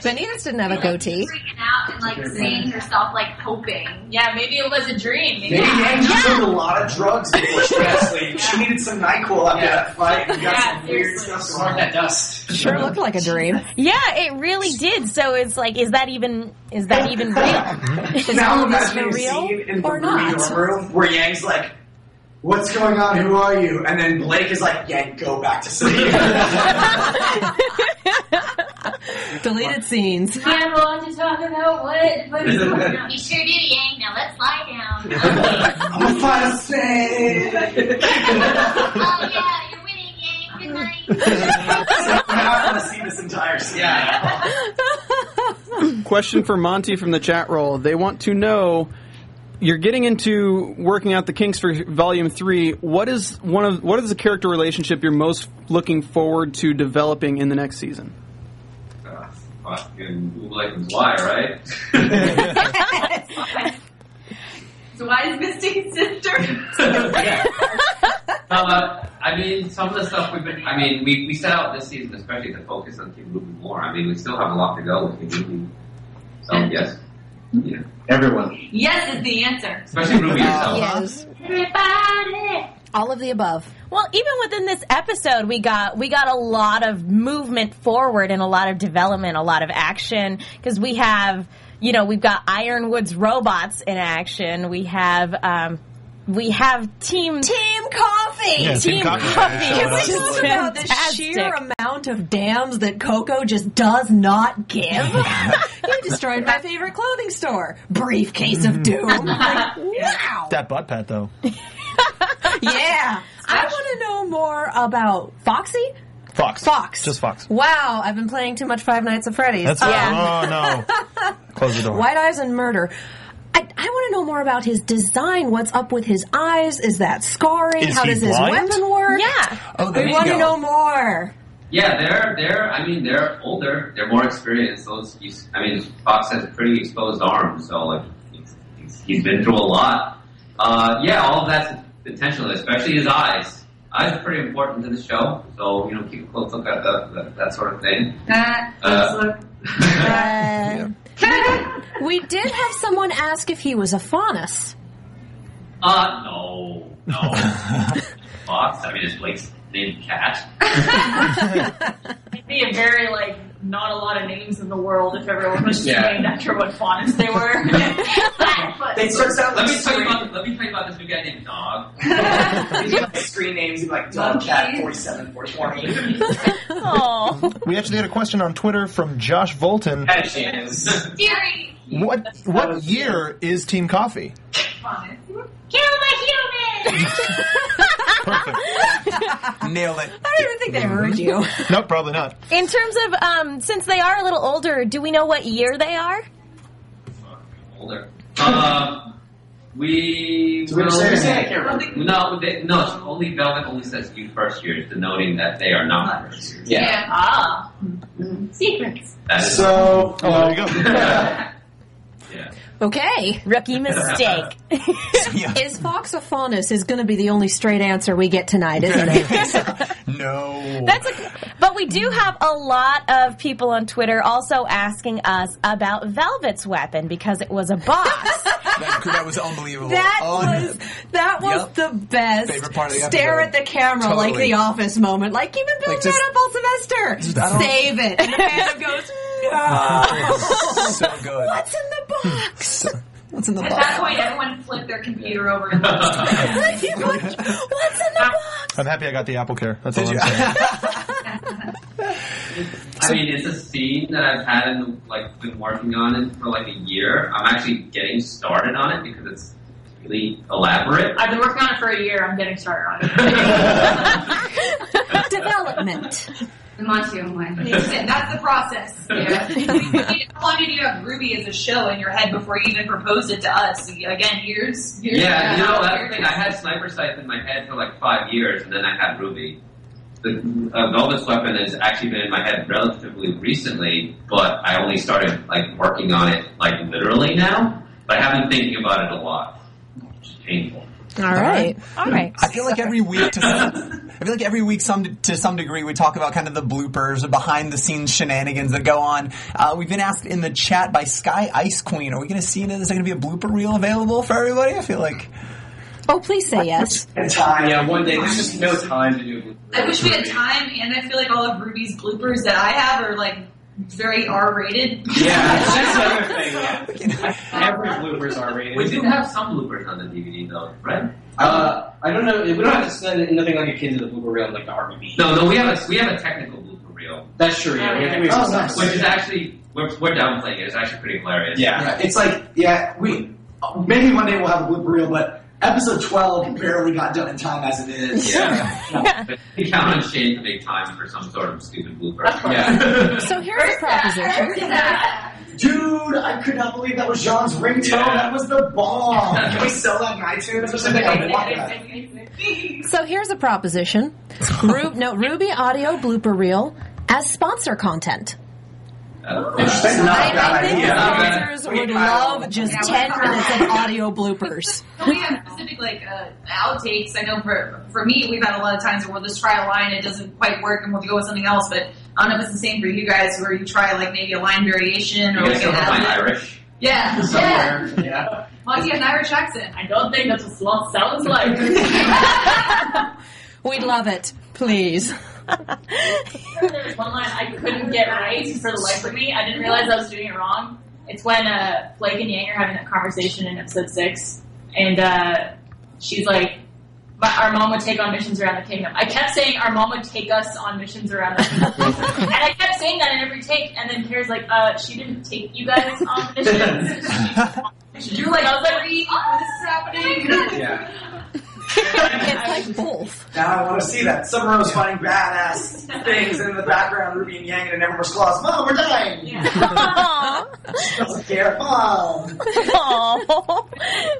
Speaker 4: Vanitas didn't have a goatee.
Speaker 10: Freaking out and like seeing herself like hoping.
Speaker 5: Yeah, maybe it was a dream. Maybe
Speaker 7: Maybe Yang just took a lot of drugs before she got sleep. She needed some NyQuil after that fight and got some weird stuff going on. that dust.
Speaker 4: Sure looked like a dream.
Speaker 1: Yeah, it really did. So it's like, is that even is that even real? Is all
Speaker 7: now
Speaker 1: of this
Speaker 7: imagine
Speaker 1: for
Speaker 7: a
Speaker 1: real?
Speaker 7: scene in
Speaker 1: or
Speaker 7: the
Speaker 1: not?
Speaker 7: reading room where Yang's like, "What's going on? Who are you?" And then Blake is like, "Yang, go back to sleep."
Speaker 4: Deleted scenes.
Speaker 5: I want to talk about what. what is going on.
Speaker 10: You sure do, Yang. Now let's lie down.
Speaker 7: I'm gonna find a snake.
Speaker 10: oh yeah, you're winning, Yang. Good night.
Speaker 7: so I want to see this entire scene.
Speaker 9: Question for Monty from the chat roll. They want to know. You're getting into working out the kinks for Volume Three. What is one of what is the character relationship you're most looking forward to developing in the next season?
Speaker 6: Uh, fucking who likens why, right?
Speaker 8: So why is Misty's sister?
Speaker 6: Uh, I mean, some of the stuff we've been. I mean, we, we set out this season, especially to focus on Team Ruby more. I mean, we still have a lot to go with Team Ruby. So yes, yeah,
Speaker 12: everyone.
Speaker 8: yes is the answer.
Speaker 6: especially
Speaker 8: Uh,
Speaker 6: Ruby herself.
Speaker 4: Uh, Yes.
Speaker 1: Everybody.
Speaker 4: All of the above.
Speaker 1: Well, even within this episode, we got we got a lot of movement forward and a lot of development, a lot of action because we have you know we've got Ironwood's robots in action. We have um, we have team
Speaker 4: Team Coffee.
Speaker 1: Yeah, Team Team Coffee. Coffee.
Speaker 4: Can we
Speaker 1: Which is
Speaker 4: talk about the
Speaker 1: fantastic.
Speaker 4: sheer amount of dams that Coco just does not give? you destroyed my favorite clothing store. Briefcase
Speaker 13: Mm-hmm.
Speaker 4: of doom. Like, wow.
Speaker 13: That butt pat though.
Speaker 4: Yeah. I want to know more about Foxy.
Speaker 13: Fox.
Speaker 4: Fox.
Speaker 13: Just Fox.
Speaker 4: Wow, I've been playing too much Five Nights at Freddy's.
Speaker 13: That's
Speaker 4: Um,
Speaker 13: yeah. Oh no. Close the door.
Speaker 4: White Eyes and Murder. I, I want to know more about his design. What's up with his eyes? Is that scarring?
Speaker 13: Is
Speaker 4: How
Speaker 13: he
Speaker 4: does
Speaker 13: blind?
Speaker 4: his weapon work?
Speaker 1: Yeah.
Speaker 13: Oh,
Speaker 4: we want to know more.
Speaker 6: Yeah, they're they're. I mean, they're older. They're more experienced. Those. You, s- I mean, Fox has a pretty exposed arm, so like he's, he's, he's been through a lot. Uh, yeah, all of that's intentional, especially his eyes. Eyes are pretty important to the show, so you know, keep a close look at that that, that sort of thing. Uh,
Speaker 4: We did have someone ask if he was a faunus.
Speaker 6: Uh, no, no. Fox. I mean, it's Blake's named Cat.
Speaker 5: It'd be a very like not a lot of names in the world if everyone was just
Speaker 6: Yeah.
Speaker 5: named after what phonics they were. But-
Speaker 7: They start sounding
Speaker 6: Let
Speaker 7: like
Speaker 6: me tell you
Speaker 7: screen,
Speaker 6: about let me tell you about this new guy named Dog.
Speaker 7: screen names like Dogcat forty seven four twenty.
Speaker 1: Oh,
Speaker 13: We actually had a question on Twitter from Josh Volton.
Speaker 7: That she is.
Speaker 10: Fury.
Speaker 13: What what year is Team Coffee?
Speaker 10: Kill the human.
Speaker 13: Perfect.
Speaker 3: Nailed it.
Speaker 4: I don't even think they heard you.
Speaker 13: Nope, probably not.
Speaker 1: in terms of um, since they are a little older, do we know what year they are?
Speaker 6: Older. Um, We
Speaker 7: So we have
Speaker 6: will-
Speaker 7: to say it. I can't remember.
Speaker 6: no, they, no. Only Velvet only says you first years, denoting that they are not first years.
Speaker 8: Ah. Secrets.
Speaker 6: That is-
Speaker 7: So,
Speaker 13: oh, there you go.
Speaker 4: Okay.
Speaker 1: Rookie mistake.
Speaker 4: is Foxophonus is going to be the only straight answer we get tonight, isn't it?
Speaker 3: no.
Speaker 1: That's a, but we do have a lot of people on Twitter also asking us about Velvet's weapon because it was a box.
Speaker 3: That, that was unbelievable.
Speaker 4: That
Speaker 3: Un-
Speaker 4: was that was
Speaker 3: Yep.
Speaker 4: the best.
Speaker 3: Favorite part of the
Speaker 4: Stare at
Speaker 3: episode.
Speaker 4: the camera like
Speaker 3: Totally.
Speaker 4: the office moment. Like you've been building
Speaker 3: just-
Speaker 4: that up all semester.
Speaker 3: Just- I don't-
Speaker 4: Save it. And the fan goes, no.
Speaker 3: so good.
Speaker 4: What's in the box?
Speaker 3: What's in the
Speaker 8: At
Speaker 3: box?
Speaker 8: that point, everyone flipped their computer over and looked.
Speaker 4: What's in the box?
Speaker 13: I'm happy I got the Apple Care. That's all I'm
Speaker 3: you?
Speaker 13: saying.
Speaker 6: I mean, it's a scene that I've had and like been working on it for like a year. I'm actually getting started on it because it's really elaborate.
Speaker 8: I've been working on it for a year. I'm getting started on it.
Speaker 4: Development.
Speaker 10: The Montium one.
Speaker 8: Yeah, That's the process. Yeah. How long did you have Ruby as a show in your head before you even proposed it to us? Again, years. years
Speaker 6: Yeah, you
Speaker 8: ago.
Speaker 6: know that's the thing. I had sniper sights in my head for like five years, and then I had Ruby. The uh, Velvet's weapon has actually been in my head relatively recently, but I only started like working on it like literally now. But I have been thinking about it a lot, which is painful.
Speaker 4: All right.
Speaker 1: All right.
Speaker 3: I feel like every week, to some, I feel like every week, some to some degree, we talk about kind of the bloopers, behind the scenes shenanigans that go on. Uh, we've been asked in the chat by Sky Ice Queen, are we going to see it? Is there going to be a blooper reel available for everybody? I feel like
Speaker 4: Oh, please say yes.
Speaker 7: and time.
Speaker 12: Yeah, one day. There's just no time to do.
Speaker 8: I wish we had time, and I feel like all of Ruby's bloopers that I have are like very R-rated.
Speaker 12: Yeah, that's the other thing. Yeah. Every bloopers are rated.
Speaker 6: We do have some bloopers on the DVD though, right?
Speaker 12: Uh, I don't know. We don't have to send nothing like a kid to the blooper reel like the RBB.
Speaker 6: No, no, we have a we have a technical blooper reel,
Speaker 12: That's true. Yeah, we have, we have
Speaker 7: Oh,
Speaker 12: some
Speaker 7: nice.
Speaker 12: stuff.
Speaker 6: which is actually we're, we're downplaying it. It's actually pretty hilarious.
Speaker 12: yeah.
Speaker 7: Yeah, it's like yeah, we maybe one day we'll have a blooper reel, but episode twelve barely got done in time as it is.
Speaker 6: Yeah. We count on Shane to make time for some sort of stupid blooper.
Speaker 12: Yeah.
Speaker 4: So here's the proposition.
Speaker 7: Dude, I could not believe that was John's ringtone.
Speaker 6: Yeah.
Speaker 7: That was the bomb. Can we sell that on iTunes or something? I want that.
Speaker 4: So here's a proposition. Ru- no, Ruby audio blooper reel as sponsor content.
Speaker 6: Uh,
Speaker 7: That's not a
Speaker 4: I, I
Speaker 7: bad
Speaker 4: think
Speaker 7: idea.
Speaker 4: the sponsors
Speaker 7: We-
Speaker 4: would
Speaker 7: I-
Speaker 4: love just
Speaker 10: Yeah, we-
Speaker 4: 10 minutes of audio bloopers.
Speaker 8: we have specific like uh, outtakes. I know for for me, we've had a lot of times where we'll just try a line, it doesn't quite work, and we'll go with something else. But I don't know if it's the same for you guys, where you try like maybe a line variation
Speaker 6: you
Speaker 8: or
Speaker 6: guys
Speaker 8: like
Speaker 6: still
Speaker 8: an
Speaker 6: have my
Speaker 8: outlet.
Speaker 6: Irish?
Speaker 8: Yeah, yeah.
Speaker 12: Somewhere. Yeah.
Speaker 8: Monty an Irish accent. I don't think that's what slot sounds like.
Speaker 4: We'd love it. Please.
Speaker 8: there was one line I couldn't get right for the life of me. I didn't realize I was doing it wrong. It's when uh, Blake and Yang are having that conversation in episode six, and uh, she's like, "My- "Our mom would take on missions around the kingdom." I kept saying, "Our mom would take us on missions around the kingdom," and I kept saying that in every take. And then Kara's like, uh, "She didn't take you guys on missions." You're like, I was like, "Oh, this is happening."
Speaker 12: Yeah.
Speaker 4: it's like both.
Speaker 7: Now I want to see that. Summero's finding badass things and in the background. Ruby and Yang and an Evermore's Claws. Mom, oh, we're dying.
Speaker 1: Aw.
Speaker 7: She doesn't care. Mom.
Speaker 1: Aw.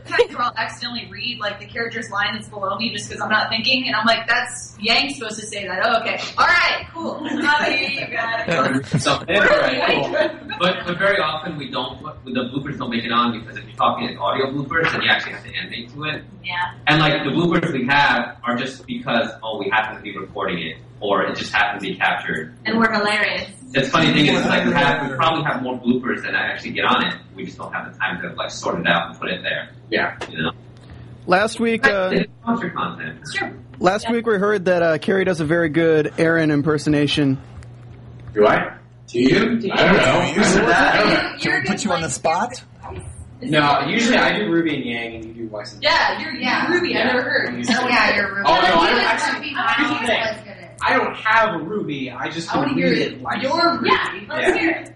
Speaker 8: times where I'll accidentally read like the character's line that's below me just because I'm not thinking, and I'm like, "That's Yang's supposed to say that." Oh, okay, all right, cool. Sorry, you guys.
Speaker 6: So,
Speaker 12: Anyway, cool.
Speaker 6: but but very often we don't. The bloopers don't make it on because if you're talking in audio bloopers, then you actually have to animate to it.
Speaker 8: Yeah,
Speaker 6: And like the bloopers we have are just because oh we happen to be recording it or it just happened to be captured.
Speaker 8: and we're hilarious.
Speaker 6: The funny thing is like we have we probably have more bloopers than I actually get on it. We just don't have the time to like sort it out and put it there.
Speaker 12: Yeah.
Speaker 6: You know.
Speaker 9: Last week, uh,
Speaker 6: It's sponsor content.
Speaker 8: Sure.
Speaker 9: last week we heard that uh, Carrie does a very good Aaron impersonation.
Speaker 12: Do I? Do you?
Speaker 8: Do you?
Speaker 12: I don't know.
Speaker 3: You said
Speaker 12: I don't-
Speaker 8: You're-
Speaker 3: Can
Speaker 8: you're
Speaker 3: we put
Speaker 8: just
Speaker 3: you on the
Speaker 8: like-
Speaker 3: spot.
Speaker 12: No, usually I do Ruby and Yang, and you do Weiss and
Speaker 8: Yeah, you're yeah.
Speaker 10: Yeah.
Speaker 8: Ruby. I
Speaker 12: Yeah.
Speaker 8: never heard.
Speaker 12: Ruby's-
Speaker 10: Oh yeah, you're rude.
Speaker 12: Oh, no, I
Speaker 10: You
Speaker 12: don't
Speaker 10: would
Speaker 12: actually-
Speaker 10: be honest,
Speaker 12: here's the
Speaker 10: let's get it.
Speaker 12: I don't have a Ruby. I just
Speaker 8: I want to
Speaker 12: can
Speaker 8: hear
Speaker 12: read
Speaker 8: it.
Speaker 12: like
Speaker 8: Your Ruby.
Speaker 12: Yeah.
Speaker 8: Yeah, let's hear it.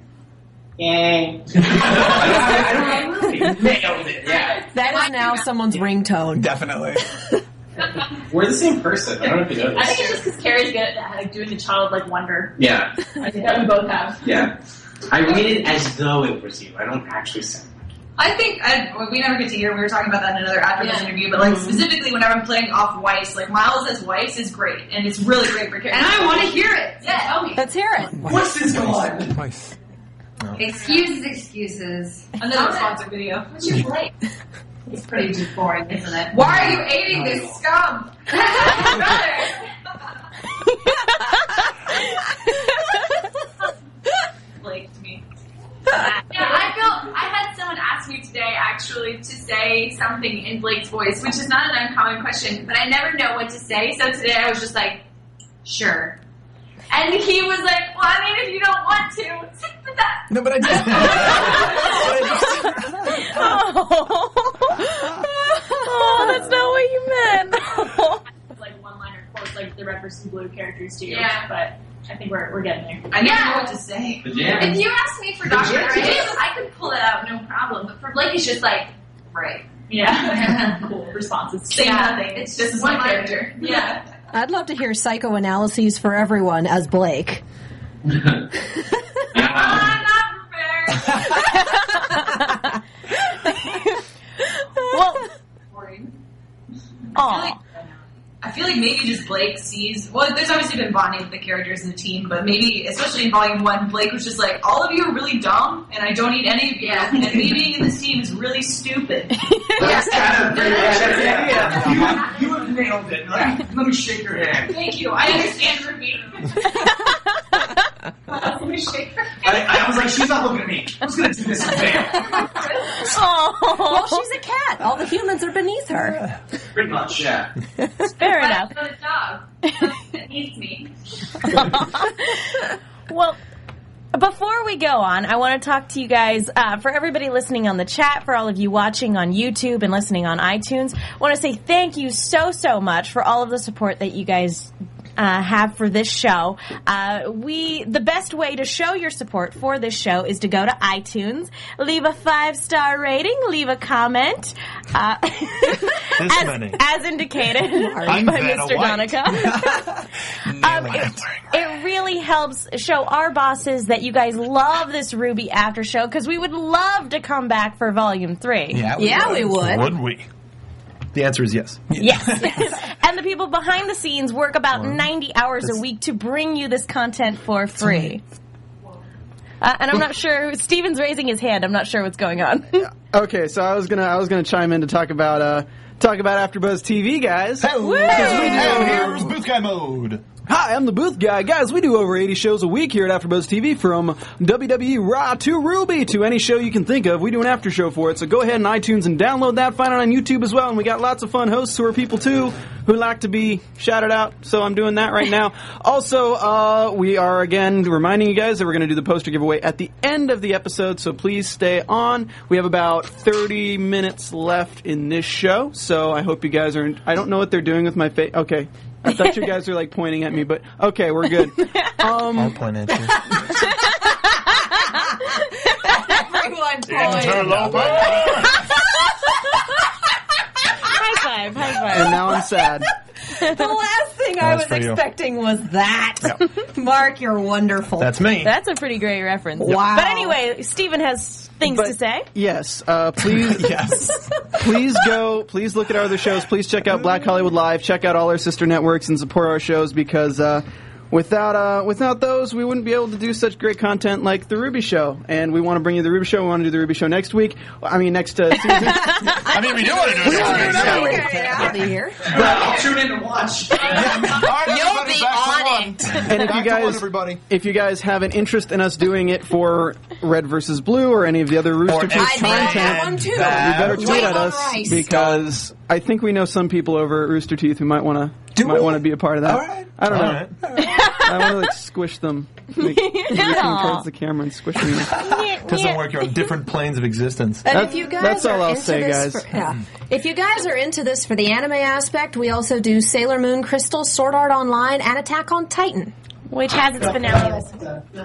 Speaker 12: Yang. I don't have a Ruby. Nailed it. Yeah.
Speaker 4: That is now someone's ringtone.
Speaker 3: Definitely.
Speaker 12: We're the same person. I don't know if you know
Speaker 8: I
Speaker 12: this.
Speaker 8: think it's just because Carrie's good at like, doing the child like wonder.
Speaker 12: Yeah.
Speaker 8: I think that we both have.
Speaker 12: Yeah. I read it as though it was you. I don't actually sound like
Speaker 8: I think I, well, we never get to hear. We were talking about that in another after this interview, but like specifically whenever I'm playing off Weiss, like Miles as Weiss is great, and it's really great for characters.
Speaker 10: And I want to hear it. Yeah, tell me.
Speaker 4: Let's hear it.
Speaker 7: What's this going?
Speaker 3: Nice.
Speaker 10: Excuses, excuses.
Speaker 8: Another sponsor video. What's
Speaker 10: your plate? It's pretty just boring, isn't it?
Speaker 8: Why are you eating this scum? Blake to me.
Speaker 10: yeah, I feel I had someone ask me today actually to say something in Blake's voice, which is not an uncommon question, but I never know what to say. So today I was just like, sure. And he was like, well, I mean, if you don't want to, it's like, but that.
Speaker 3: No, but I just.
Speaker 1: oh, that's not what you meant.
Speaker 8: Like one liner quotes, like the red versus blue characters do.
Speaker 10: Yeah.
Speaker 8: But I think we're, we're getting there. I
Speaker 10: Yeah.
Speaker 8: don't know what to say.
Speaker 6: But yeah.
Speaker 10: If you asked me for
Speaker 8: Yeah.
Speaker 10: Dr. Ideas, I could pull it out no problem. But for Blake, it's just like, right.
Speaker 8: Yeah. cool responses. Say
Speaker 10: Yeah.
Speaker 8: nothing.
Speaker 10: It's
Speaker 8: this
Speaker 10: just
Speaker 8: is my
Speaker 10: one liner.
Speaker 8: character. Yeah.
Speaker 4: I'd love to hear psychoanalyses for everyone as Blake.
Speaker 1: well,
Speaker 8: I feel, like, I feel like maybe just Blake sees. Well, there's obviously been bonding with the characters in the team, but maybe, especially in Volume 1, Blake was just like, all of you are really dumb, and I don't need any of you, and me being in this team is really stupid.
Speaker 7: That's kind of pretty much it.
Speaker 8: Yeah.
Speaker 7: Yeah. You, you have nailed it. Let me, let me shake your hand.
Speaker 8: Thank you. I understand review. Let me shake her.
Speaker 7: I, I was like, she's not looking at me. I'm just gonna do this and fail.
Speaker 1: oh,
Speaker 4: Well, she's a cat. All the humans are beneath her.
Speaker 7: Pretty much, yeah.
Speaker 1: fair
Speaker 10: But
Speaker 1: enough.
Speaker 10: I've got a dog that needs me.
Speaker 1: Well, before we go on, I want to talk to you guys uh, for everybody listening on the chat, for all of you watching on YouTube and listening on iTunes. I want to say thank you so so much for all of the support that you guys. Uh, have for this show. Uh, we the best way to show your support for this show is to go to iTunes, leave a five star rating, leave a comment, uh,
Speaker 13: This
Speaker 1: as,
Speaker 13: many.
Speaker 1: as indicated
Speaker 13: I'm
Speaker 1: by
Speaker 13: Vanna
Speaker 1: Mr.
Speaker 13: White.
Speaker 1: Donica. Um,
Speaker 3: Nailing
Speaker 1: it, it really helps show our bosses that you guys love this Ruby after show because we would love to come back for volume three.
Speaker 13: Yeah,
Speaker 4: Yeah, we would.
Speaker 13: Would we? The answer is yes.
Speaker 1: Yes. and the people behind the scenes work about 90 hours a week to bring you this content for free. Uh, and I'm not sure. Steven's raising his hand. I'm not sure what's going on.
Speaker 9: Okay, so I was gonna I was gonna chime in to talk about uh talk about AfterBuzz TV guys.
Speaker 13: And here's booth guy mode.
Speaker 9: Hi, I'm the booth guy. Guys, we do over 80 shows a week here at AfterBuzz TV from WWE Raw to Ruby to any show you can think of. We do an after show for it. So go ahead and iTunes and download that. Find it on YouTube as well. And we got lots of fun hosts who are people too who like to be shouted out. So I'm doing that right now. also, uh, we are again reminding you guys that we're going to do the poster giveaway at the end of the episode. So please stay on. We have about 30 minutes left in this show. So I hope you guys are, I don't know what they're doing with my face. Okay. I thought you guys were like pointing at me, but okay, we're good.
Speaker 4: um,
Speaker 13: I'll point at you.
Speaker 4: Everyone
Speaker 13: Interloper.
Speaker 1: high five. High five.
Speaker 9: And now I'm sad.
Speaker 4: The last thing I
Speaker 13: That's
Speaker 4: was
Speaker 13: for you.
Speaker 4: expecting was that. Mark, you're wonderful.
Speaker 13: That's me.
Speaker 1: That's a pretty great reference.
Speaker 4: Wow.
Speaker 1: But anyway, Steven has things
Speaker 9: But-
Speaker 1: to say.
Speaker 9: Yes, uh, please,
Speaker 13: yes.
Speaker 9: please go. Please look at our other shows. Please check out Black Hollywood Live. Check out all our sister networks and support our shows because uh, without uh, without those, we wouldn't be able to do such great content like the Ruby Show. And we want to bring you the Ruby Show. We want to do the Ruby Show next week. I mean, next uh, season.
Speaker 13: I mean, we do want to do this.
Speaker 4: Get out of here.
Speaker 7: I'll tune in to watch.
Speaker 13: You'll be on it.
Speaker 9: and if you
Speaker 13: Back to one,
Speaker 9: guys,
Speaker 13: everybody.
Speaker 9: if you guys have an interest in us doing it for Red versus Blue or any of the other Rooster
Speaker 13: Or
Speaker 9: Teeth
Speaker 4: I think I
Speaker 9: content,
Speaker 4: have one too.
Speaker 9: you
Speaker 13: that-
Speaker 9: better tweet at
Speaker 4: Jalen
Speaker 9: us
Speaker 4: Rice.
Speaker 9: because I think we know some people over at Rooster Teeth who might want to
Speaker 3: Do
Speaker 9: might
Speaker 3: we?
Speaker 9: want to be a part of that.
Speaker 3: All right.
Speaker 9: I don't
Speaker 13: All
Speaker 9: know.
Speaker 13: right.
Speaker 9: I want to like squish them, like, looking towards the camera and squishing them.
Speaker 13: Doesn't work. You're on different planes of existence.
Speaker 4: And
Speaker 9: That's-
Speaker 4: if you guys
Speaker 9: that's all
Speaker 4: are
Speaker 9: I'll
Speaker 4: into
Speaker 9: say,
Speaker 4: this
Speaker 9: guys.
Speaker 4: For, yeah. if you guys are into this for the anime aspect, we also do Sailor Moon, Crystal, Sword Art Online, and Attack on Titan.
Speaker 1: which has its finale. this week.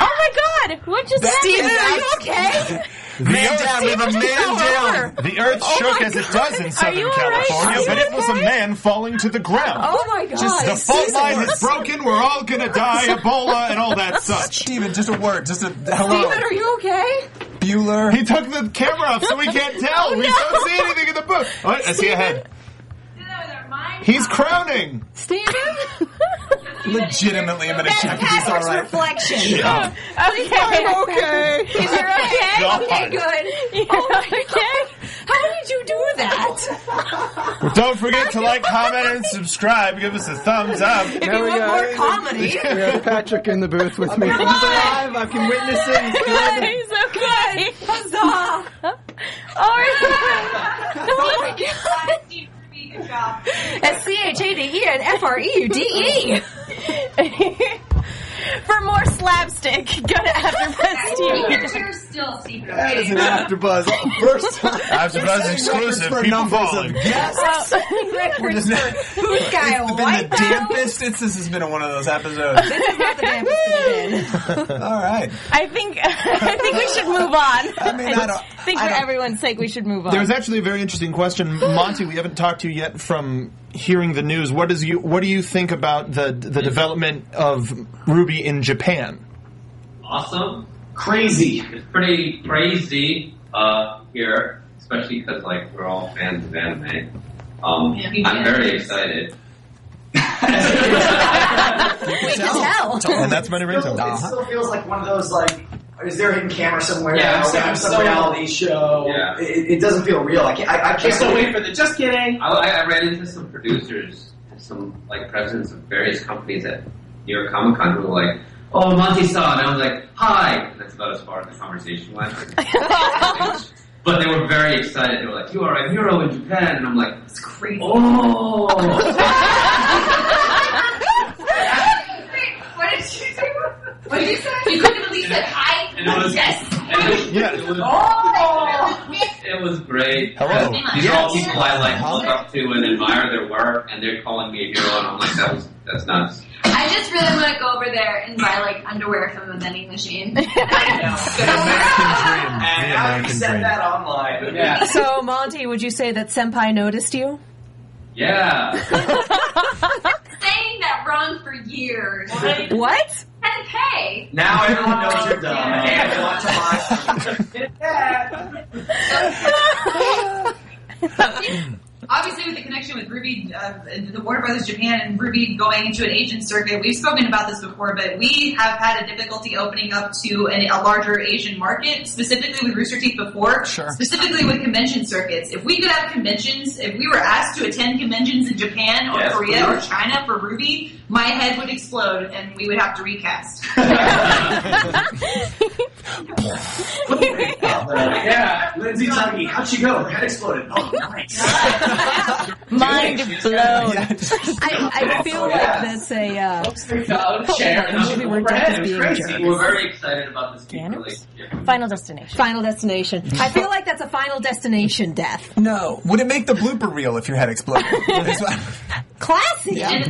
Speaker 1: oh my god! What just happened?
Speaker 4: Steven, are you okay?
Speaker 15: The man down. We have a man down.
Speaker 13: The earth
Speaker 15: Oh
Speaker 13: shook
Speaker 15: my
Speaker 13: as it
Speaker 15: God.
Speaker 13: does in
Speaker 15: Are
Speaker 13: Southern
Speaker 15: you all right?
Speaker 13: California,
Speaker 15: Are you
Speaker 13: but it was a
Speaker 15: okay?
Speaker 13: man falling to the ground.
Speaker 15: Oh my God.
Speaker 13: Just the fault
Speaker 15: Jesus.
Speaker 13: line is broken. We're all gonna die. Ebola and all that such.
Speaker 3: Steven, just a word. Just a
Speaker 4: Steven, are you okay?
Speaker 3: Bueller.
Speaker 13: He took the camera off, so we can't tell.
Speaker 4: Oh,
Speaker 13: we
Speaker 4: no.
Speaker 13: don't see anything in the book. Oh, I see a head. He's crowning.
Speaker 4: Steven?
Speaker 3: Legitimately, I'm gonna check if he's all
Speaker 4: Patrick's
Speaker 3: right.
Speaker 4: reflection.
Speaker 13: Yeah.
Speaker 4: Okay.
Speaker 15: I'm okay.
Speaker 4: Is there okay?
Speaker 13: God.
Speaker 4: Okay, good. Oh my god. How did you do that?
Speaker 13: Well, don't forget to like, comment, and subscribe. Give us a thumbs up.
Speaker 15: There we go. We have Patrick in the booth with me. He's
Speaker 13: Come
Speaker 15: alive. I can witness it. He's good.
Speaker 1: He's okay.
Speaker 4: Huzzah.
Speaker 1: All right.
Speaker 4: Oh my god. S C H A D E and F R E U D E.
Speaker 1: For more slapstick, go to AfterBuzz TV.
Speaker 10: You're still secret.
Speaker 15: That is an AfterBuzz. First time.
Speaker 13: AfterBuzz exclusive. People falling.
Speaker 3: Yes.
Speaker 4: We're
Speaker 3: just-
Speaker 4: Who's guy a
Speaker 3: It's been the
Speaker 4: white belt?
Speaker 3: dampest. It's, this has been one of those episodes.
Speaker 4: This is not the dampest thing
Speaker 3: all right.
Speaker 1: I think I think we should move on. I
Speaker 3: mean, I don't-
Speaker 1: think for everyone's sake, we should move on.
Speaker 13: There was actually a very interesting question, Monty. We haven't talked to yet from hearing the news. What does you What do you think about the the development of Ruby in Japan?
Speaker 6: awesome.
Speaker 13: Crazy.
Speaker 6: It's pretty crazy uh, here, especially because like we're all fans of anime. Um,
Speaker 10: Yeah. You
Speaker 6: I'm
Speaker 10: did.
Speaker 6: very excited.
Speaker 4: We can tell.
Speaker 13: that's my
Speaker 7: It still feels like one of those like, is there a hidden camera somewhere?
Speaker 12: Yeah,
Speaker 7: Is there
Speaker 12: I'm
Speaker 7: some
Speaker 12: so-
Speaker 7: reality show.
Speaker 6: Yeah.
Speaker 7: It, it doesn't feel real. I can't. I, I
Speaker 12: I'm
Speaker 7: can't
Speaker 12: still
Speaker 7: believe-
Speaker 12: waiting for the. Just kidding.
Speaker 6: I, I I ran into some producers, some like presidents of various companies at New York Comic Con who were like, "Oh, Monty saw," and I was like, "Hi." And that's about as far as the conversation went. but they were very excited. They were like, "You are a hero in Japan," and I'm like, "It's crazy." Oh.
Speaker 10: What did you do? What did you say? You couldn't believe that I.
Speaker 6: And it was-
Speaker 10: yes.
Speaker 6: and it- it was-
Speaker 10: Oh.
Speaker 6: It was great.
Speaker 13: Hello.
Speaker 6: These are all people I like look up to and admire their work, and they're calling me a hero, and I'm like, that was, that's nuts.
Speaker 10: I just really want to go over there and buy like underwear from a vending machine.
Speaker 13: And
Speaker 7: I already said that online. Yeah.
Speaker 4: So, Monty, would you say that Senpai noticed you?
Speaker 6: Yeah.
Speaker 10: Saying that wrong for years.
Speaker 4: What?
Speaker 10: And pay.
Speaker 7: Now everyone knows you're dumb. Hey, I want to buy-
Speaker 8: Obviously, with the connection with Ruby, uh, the Warner Brothers Japan and Ruby going into an agent circuit, we've spoken about this before, but we have had a difficulty opening up to an, a larger Asian market, specifically with Rooster Teeth before,
Speaker 3: Sure.
Speaker 8: specifically with convention circuits. If we could have conventions, if we were asked to attend conventions in Japan or
Speaker 6: Yes,
Speaker 8: Korea
Speaker 6: we
Speaker 8: or
Speaker 6: were.
Speaker 8: China for Ruby, my head would explode and we would have to recast.
Speaker 7: yeah, Lindsay Tuggy, how'd she go? Her head exploded. Oh, nice.
Speaker 1: Mind blown.
Speaker 4: I, I feel like that's a. Uh, movie where Death is being a jerk.
Speaker 6: We're very excited about this new relationship.
Speaker 1: Final destination.
Speaker 4: Final destination. I feel like that's a final destination death.
Speaker 3: No. Would it make the blooper reel if your head exploded? That's what-
Speaker 4: Classy.
Speaker 3: yeah.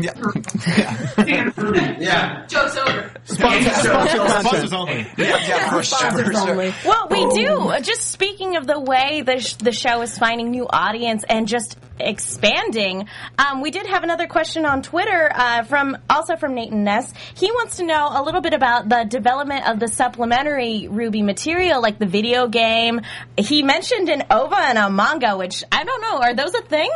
Speaker 7: Yeah.
Speaker 8: Joke's over.
Speaker 13: Sponsors,
Speaker 3: Sponsor content.
Speaker 13: sponsors only.
Speaker 3: Yeah, yeah, for sure, for
Speaker 4: Sponsors
Speaker 3: sure. Oh.
Speaker 4: only. Oh.
Speaker 1: Well, we do. Uh, Just speaking of the way the, sh- the show is finding new audience and just expanding, um, we did have another question on Twitter uh, from also from Nathan Ness. He wants to know a little bit about the development of the supplementary Ruby material, like the video game. He mentioned an OVA and a manga, which I don't know. Are those a thing?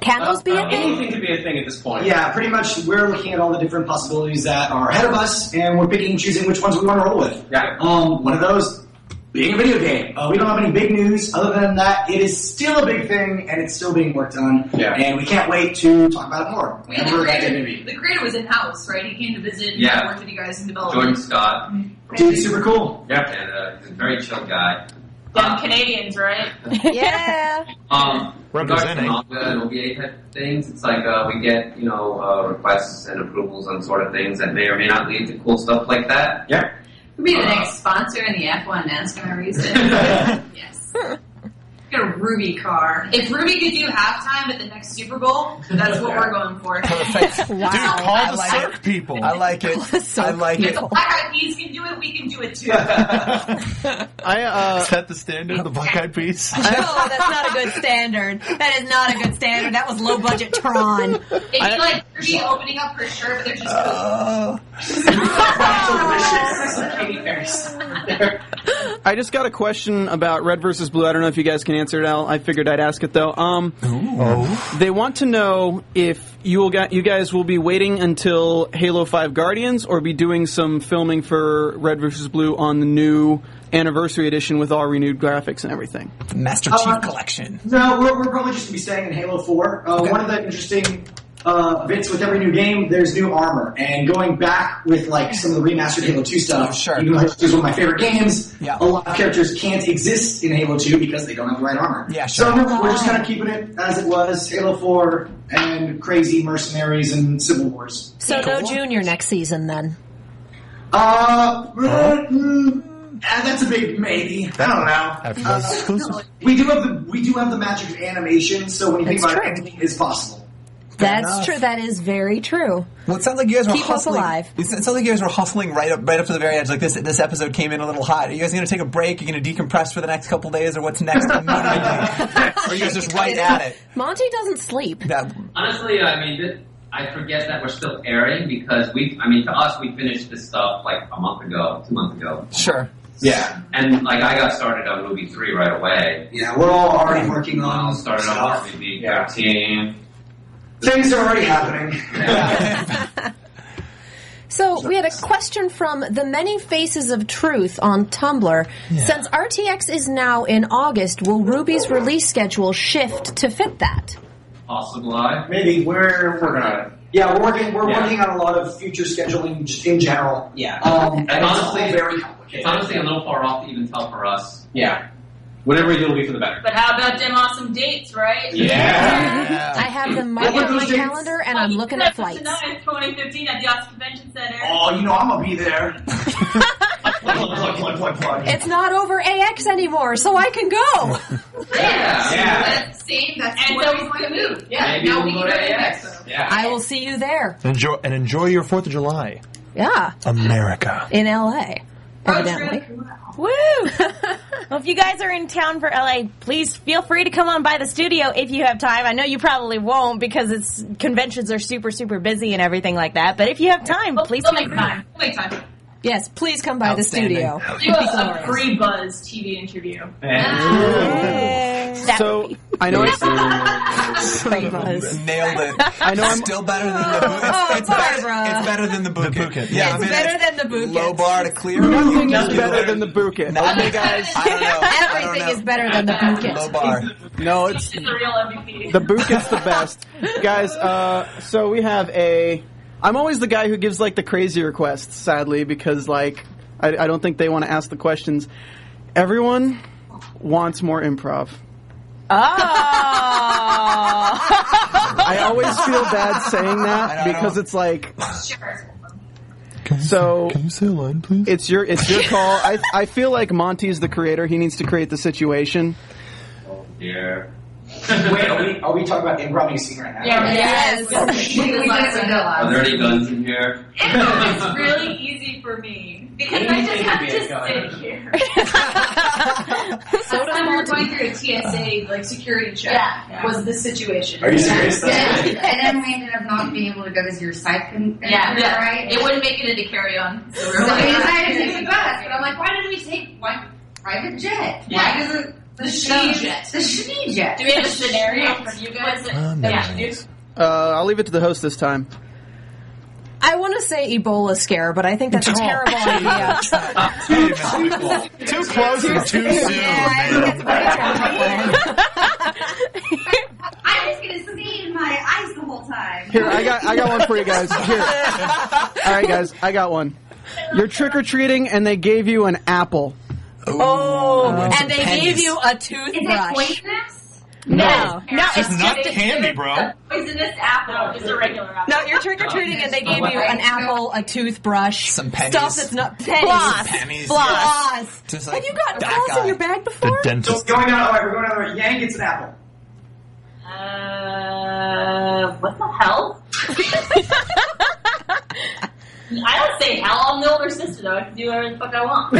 Speaker 4: Can those be a
Speaker 6: Um,
Speaker 4: thing?
Speaker 12: Anything could be a thing at this point.
Speaker 7: Yeah, pretty much we're looking at all the different possibilities that are ahead of us, and we're picking and choosing which ones we want to roll with.
Speaker 12: Yeah.
Speaker 7: Um, one of those being a video game. Uh, we don't have any big news other than that it is still a big thing, and it's still being worked on.
Speaker 12: Yeah.
Speaker 7: And we can't wait to talk about it more.
Speaker 8: We had
Speaker 7: And
Speaker 8: the
Speaker 7: we're about to
Speaker 8: creator.
Speaker 7: interview.
Speaker 8: The creator was in house, right? He came to visit and
Speaker 6: Yeah.
Speaker 8: worked with you guys in development.
Speaker 6: Jordan Scott.
Speaker 7: Dude, super cool.
Speaker 6: Yeah. And, uh, he's a very chill guy.
Speaker 8: Them Canadians, right?
Speaker 4: Yeah.
Speaker 6: Um,
Speaker 13: Representing.
Speaker 6: regards to manga and OVA type things, it's like uh, we get you know uh, requests and approvals on sort of things that may or may not lead to cool stuff like that.
Speaker 12: Yeah.
Speaker 10: We'll be the next sponsor in the F1 NASCAR race. yes.
Speaker 8: Get a Ruby car. If Ruby could do halftime at the next Super Bowl, that's what we're going for.
Speaker 3: Perfect.
Speaker 8: wow.
Speaker 3: Dude, call
Speaker 8: I
Speaker 3: the
Speaker 8: like
Speaker 3: circ people. I like it. I like
Speaker 8: If
Speaker 3: it.
Speaker 8: the black eyed peas can do it, we can do it too. I
Speaker 9: I, uh,
Speaker 13: Is that the standard, the black eyed piece?
Speaker 4: No, Oh, that's not a good standard. That is not a good standard. That was low budget Tron.
Speaker 8: It'd be like Ruby opening up her shirt, but they're just Uh.
Speaker 9: I just got a question about red versus blue. I don't know if you guys can answer it. Al. I figured I'd ask it though. Um, they want to know if you will got, you guys will be waiting until Halo Five Guardians, or be doing some filming for Red versus Blue on the new anniversary edition with all renewed graphics and everything.
Speaker 3: Master
Speaker 7: Chief Uh,
Speaker 3: Collection.
Speaker 7: No, we're, we're probably just going to be staying in Halo 4. Uh, One of the interesting uh, bits with every new game, there's new armor. And going back with like some of the remastered Halo 2 stuff, sure. even though it's one of my favorite games,
Speaker 3: Yeah.
Speaker 7: a lot of characters can't exist in Halo 2 because they don't have the right armor.
Speaker 3: Yeah,
Speaker 7: So
Speaker 3: sure.
Speaker 7: we're, we're just kind of keeping it as it was, Halo 4 and crazy mercenaries and Civil Wars.
Speaker 4: So no junior next season then.
Speaker 7: Uh, mm, ah, that's a big maybe. I don't know.
Speaker 13: After
Speaker 7: Uh,
Speaker 13: those exclusives.
Speaker 7: We do have the we do have the magic of animation, so when you think
Speaker 4: That's
Speaker 7: about it,
Speaker 4: true.
Speaker 7: anything is possible.
Speaker 4: That's
Speaker 3: enough.
Speaker 4: true. That is very true.
Speaker 3: Well, it sounds like you guys were
Speaker 4: Keep us
Speaker 3: hustling.
Speaker 4: alive.
Speaker 3: It sounds like you guys were hustling right up, right up to the very edge. Like this, this episode came in a little hot. Are you guys going to take a break? Are you going to decompress for the next couple days, or what's next? What are you doing? Or are you guys just right at it?
Speaker 4: Monty doesn't sleep.
Speaker 3: That
Speaker 6: Honestly, I mean, th- I forget that we're still airing because we, I mean, to us, we finished this stuff like a month ago, two months ago.
Speaker 3: sure.
Speaker 7: Yeah.
Speaker 6: And like, I got started on movie three right away.
Speaker 7: Yeah, we're all already working
Speaker 6: I
Speaker 7: on
Speaker 6: started on
Speaker 7: stuff.
Speaker 6: RVD 13.
Speaker 7: Things are already happening.
Speaker 4: So we had a question from the many faces of truth on Tumblr. Since RTX is now in August, will Ruby's release schedule shift to fit that?
Speaker 6: Possible Eye.
Speaker 7: Maybe we're working on it. Yeah, we're working. We're working on a lot of future scheduling just in general. Yeah. Um, and
Speaker 6: And
Speaker 7: it's
Speaker 6: honestly,
Speaker 7: all very
Speaker 6: It's
Speaker 7: complicated.
Speaker 6: honestly a little far off to even tell for us.
Speaker 12: Yeah. Whatever you do will be for the better.
Speaker 8: But how about them awesome dates, right?
Speaker 12: Yeah.
Speaker 4: I have them marked
Speaker 8: What were
Speaker 4: on my
Speaker 8: those dates?
Speaker 4: calendar and I'm looking at
Speaker 8: Tonight,
Speaker 4: flights.
Speaker 8: 2015 at the Austin Convention Center.
Speaker 7: Oh, you know I'm gonna be there. plug, plug, plug, plug, plug.
Speaker 4: It's not over AX anymore, so I can go.
Speaker 6: Yeah.
Speaker 8: That's the same. That's and where we want to move. Yeah.
Speaker 6: Maybe
Speaker 8: now
Speaker 6: we'll
Speaker 8: we
Speaker 6: go
Speaker 8: can
Speaker 6: to
Speaker 8: go to
Speaker 6: AX.
Speaker 8: Mexico.
Speaker 6: Yeah.
Speaker 4: I will see you there.
Speaker 13: Enjoy and enjoy your Fourth of July,
Speaker 4: Yeah,
Speaker 13: America.
Speaker 4: in LA.
Speaker 8: Oh,
Speaker 4: Evidently.
Speaker 1: Woo! well, if you guys are in town for LA, please feel free to come on by the studio if you have time. I know you probably won't because it's conventions are super super busy and everything like that. But if you have time,
Speaker 4: Oh,
Speaker 1: please
Speaker 8: We'll
Speaker 1: feel
Speaker 8: make
Speaker 1: free.
Speaker 8: time. We'll make time.
Speaker 4: Yes, please come by the studio.
Speaker 8: Do a, a pre-buzz TV interview.
Speaker 1: That would
Speaker 9: So
Speaker 1: be-
Speaker 9: I know it's
Speaker 3: Nailed it.
Speaker 9: I
Speaker 3: it's
Speaker 9: know I'm-
Speaker 3: still better than the boot. It's,
Speaker 4: Oh,
Speaker 3: it's, better,
Speaker 4: Barbara.
Speaker 3: it's better than the boot. Yeah, I mean,
Speaker 4: Better than the boot.
Speaker 3: low bar to clear.
Speaker 9: nothing is better than the bouquet.
Speaker 3: Nothing, guys. I don't know. I don't
Speaker 4: Everything
Speaker 3: know.
Speaker 4: is better than the
Speaker 3: Low
Speaker 4: boot.
Speaker 3: bar.
Speaker 9: No, it's
Speaker 8: She's the real MVP.
Speaker 9: The boot gets the best. guys, uh, so we have a. I'm always the guy who gives like the crazy requests, sadly, because like I, I don't think they want to ask the questions. Everyone wants more improv.
Speaker 4: Ah.
Speaker 1: Oh.
Speaker 9: I always feel bad saying that because it's like
Speaker 8: Sure.
Speaker 9: so.
Speaker 13: Can you say a line, please?
Speaker 9: It's your it's your call. I I feel like Monty's the creator. He needs to create the situation.
Speaker 6: Yeah.
Speaker 7: Wait, are we, are we talking about improv you scene right now?
Speaker 8: Yeah.
Speaker 4: Yes.
Speaker 8: We did
Speaker 6: Are there any guns in here?
Speaker 8: It's really easy for me because I just have to sit here.
Speaker 4: So
Speaker 8: Last time
Speaker 4: does
Speaker 8: we were
Speaker 4: Monty.
Speaker 8: going through a TSA like security check
Speaker 10: Yeah.
Speaker 8: was this situation.
Speaker 7: Are you serious? That's
Speaker 10: and then we ended up not being able to go because your side couldn't
Speaker 8: Yeah,
Speaker 10: enter,
Speaker 8: yeah.
Speaker 10: right?
Speaker 8: It wouldn't make it into carry on. So we
Speaker 10: So
Speaker 8: were like,
Speaker 10: we decided to
Speaker 8: "Ah,
Speaker 10: take the bus, but I'm like, why didn't we take one private jet?
Speaker 8: Yeah.
Speaker 10: Why doesn't
Speaker 8: The Schnee jet.
Speaker 10: The Schnee jet.
Speaker 8: Do we have a scenario from you guys?
Speaker 13: Amazing.
Speaker 8: Yeah.
Speaker 9: Uh, I'll leave it to the host this time.
Speaker 4: I want to say Ebola scare, but I think that's a terrible idea.
Speaker 13: Too close and too soon.
Speaker 4: Yeah, I think that's
Speaker 10: I was gonna stay in my eyes the whole time.
Speaker 9: Here, I got I got one for you guys. Here. All right, guys, I got one. You're trick or treating, and they gave you an apple.
Speaker 4: Oh,
Speaker 3: it's
Speaker 4: and
Speaker 3: a
Speaker 4: they
Speaker 13: Oh,
Speaker 3: pennies.
Speaker 4: gave you a
Speaker 10: Is it
Speaker 4: toothbrush.
Speaker 10: poisonous?
Speaker 4: No.
Speaker 8: No,
Speaker 13: it's just
Speaker 8: it's
Speaker 13: not
Speaker 8: just-
Speaker 13: candy, bro.
Speaker 8: Poisonous
Speaker 5: Oh,
Speaker 8: apple is a regular apple.
Speaker 4: No, you're trick or treating, and they gave you an apple, a toothbrush, some
Speaker 3: pennies.
Speaker 4: stuff that's not pennies,
Speaker 3: Floss. Pennies.
Speaker 4: floss.
Speaker 3: Just
Speaker 4: Have
Speaker 3: like
Speaker 4: you gotten
Speaker 3: that
Speaker 4: floss
Speaker 3: guy.
Speaker 4: in your bag before?
Speaker 3: The dentist.
Speaker 7: Going down, all right, we're going down the right. Yank gets an apple.
Speaker 5: Uh, what the hell? I don't say hell. I'm the older sister, though. I can do whatever the fuck I want.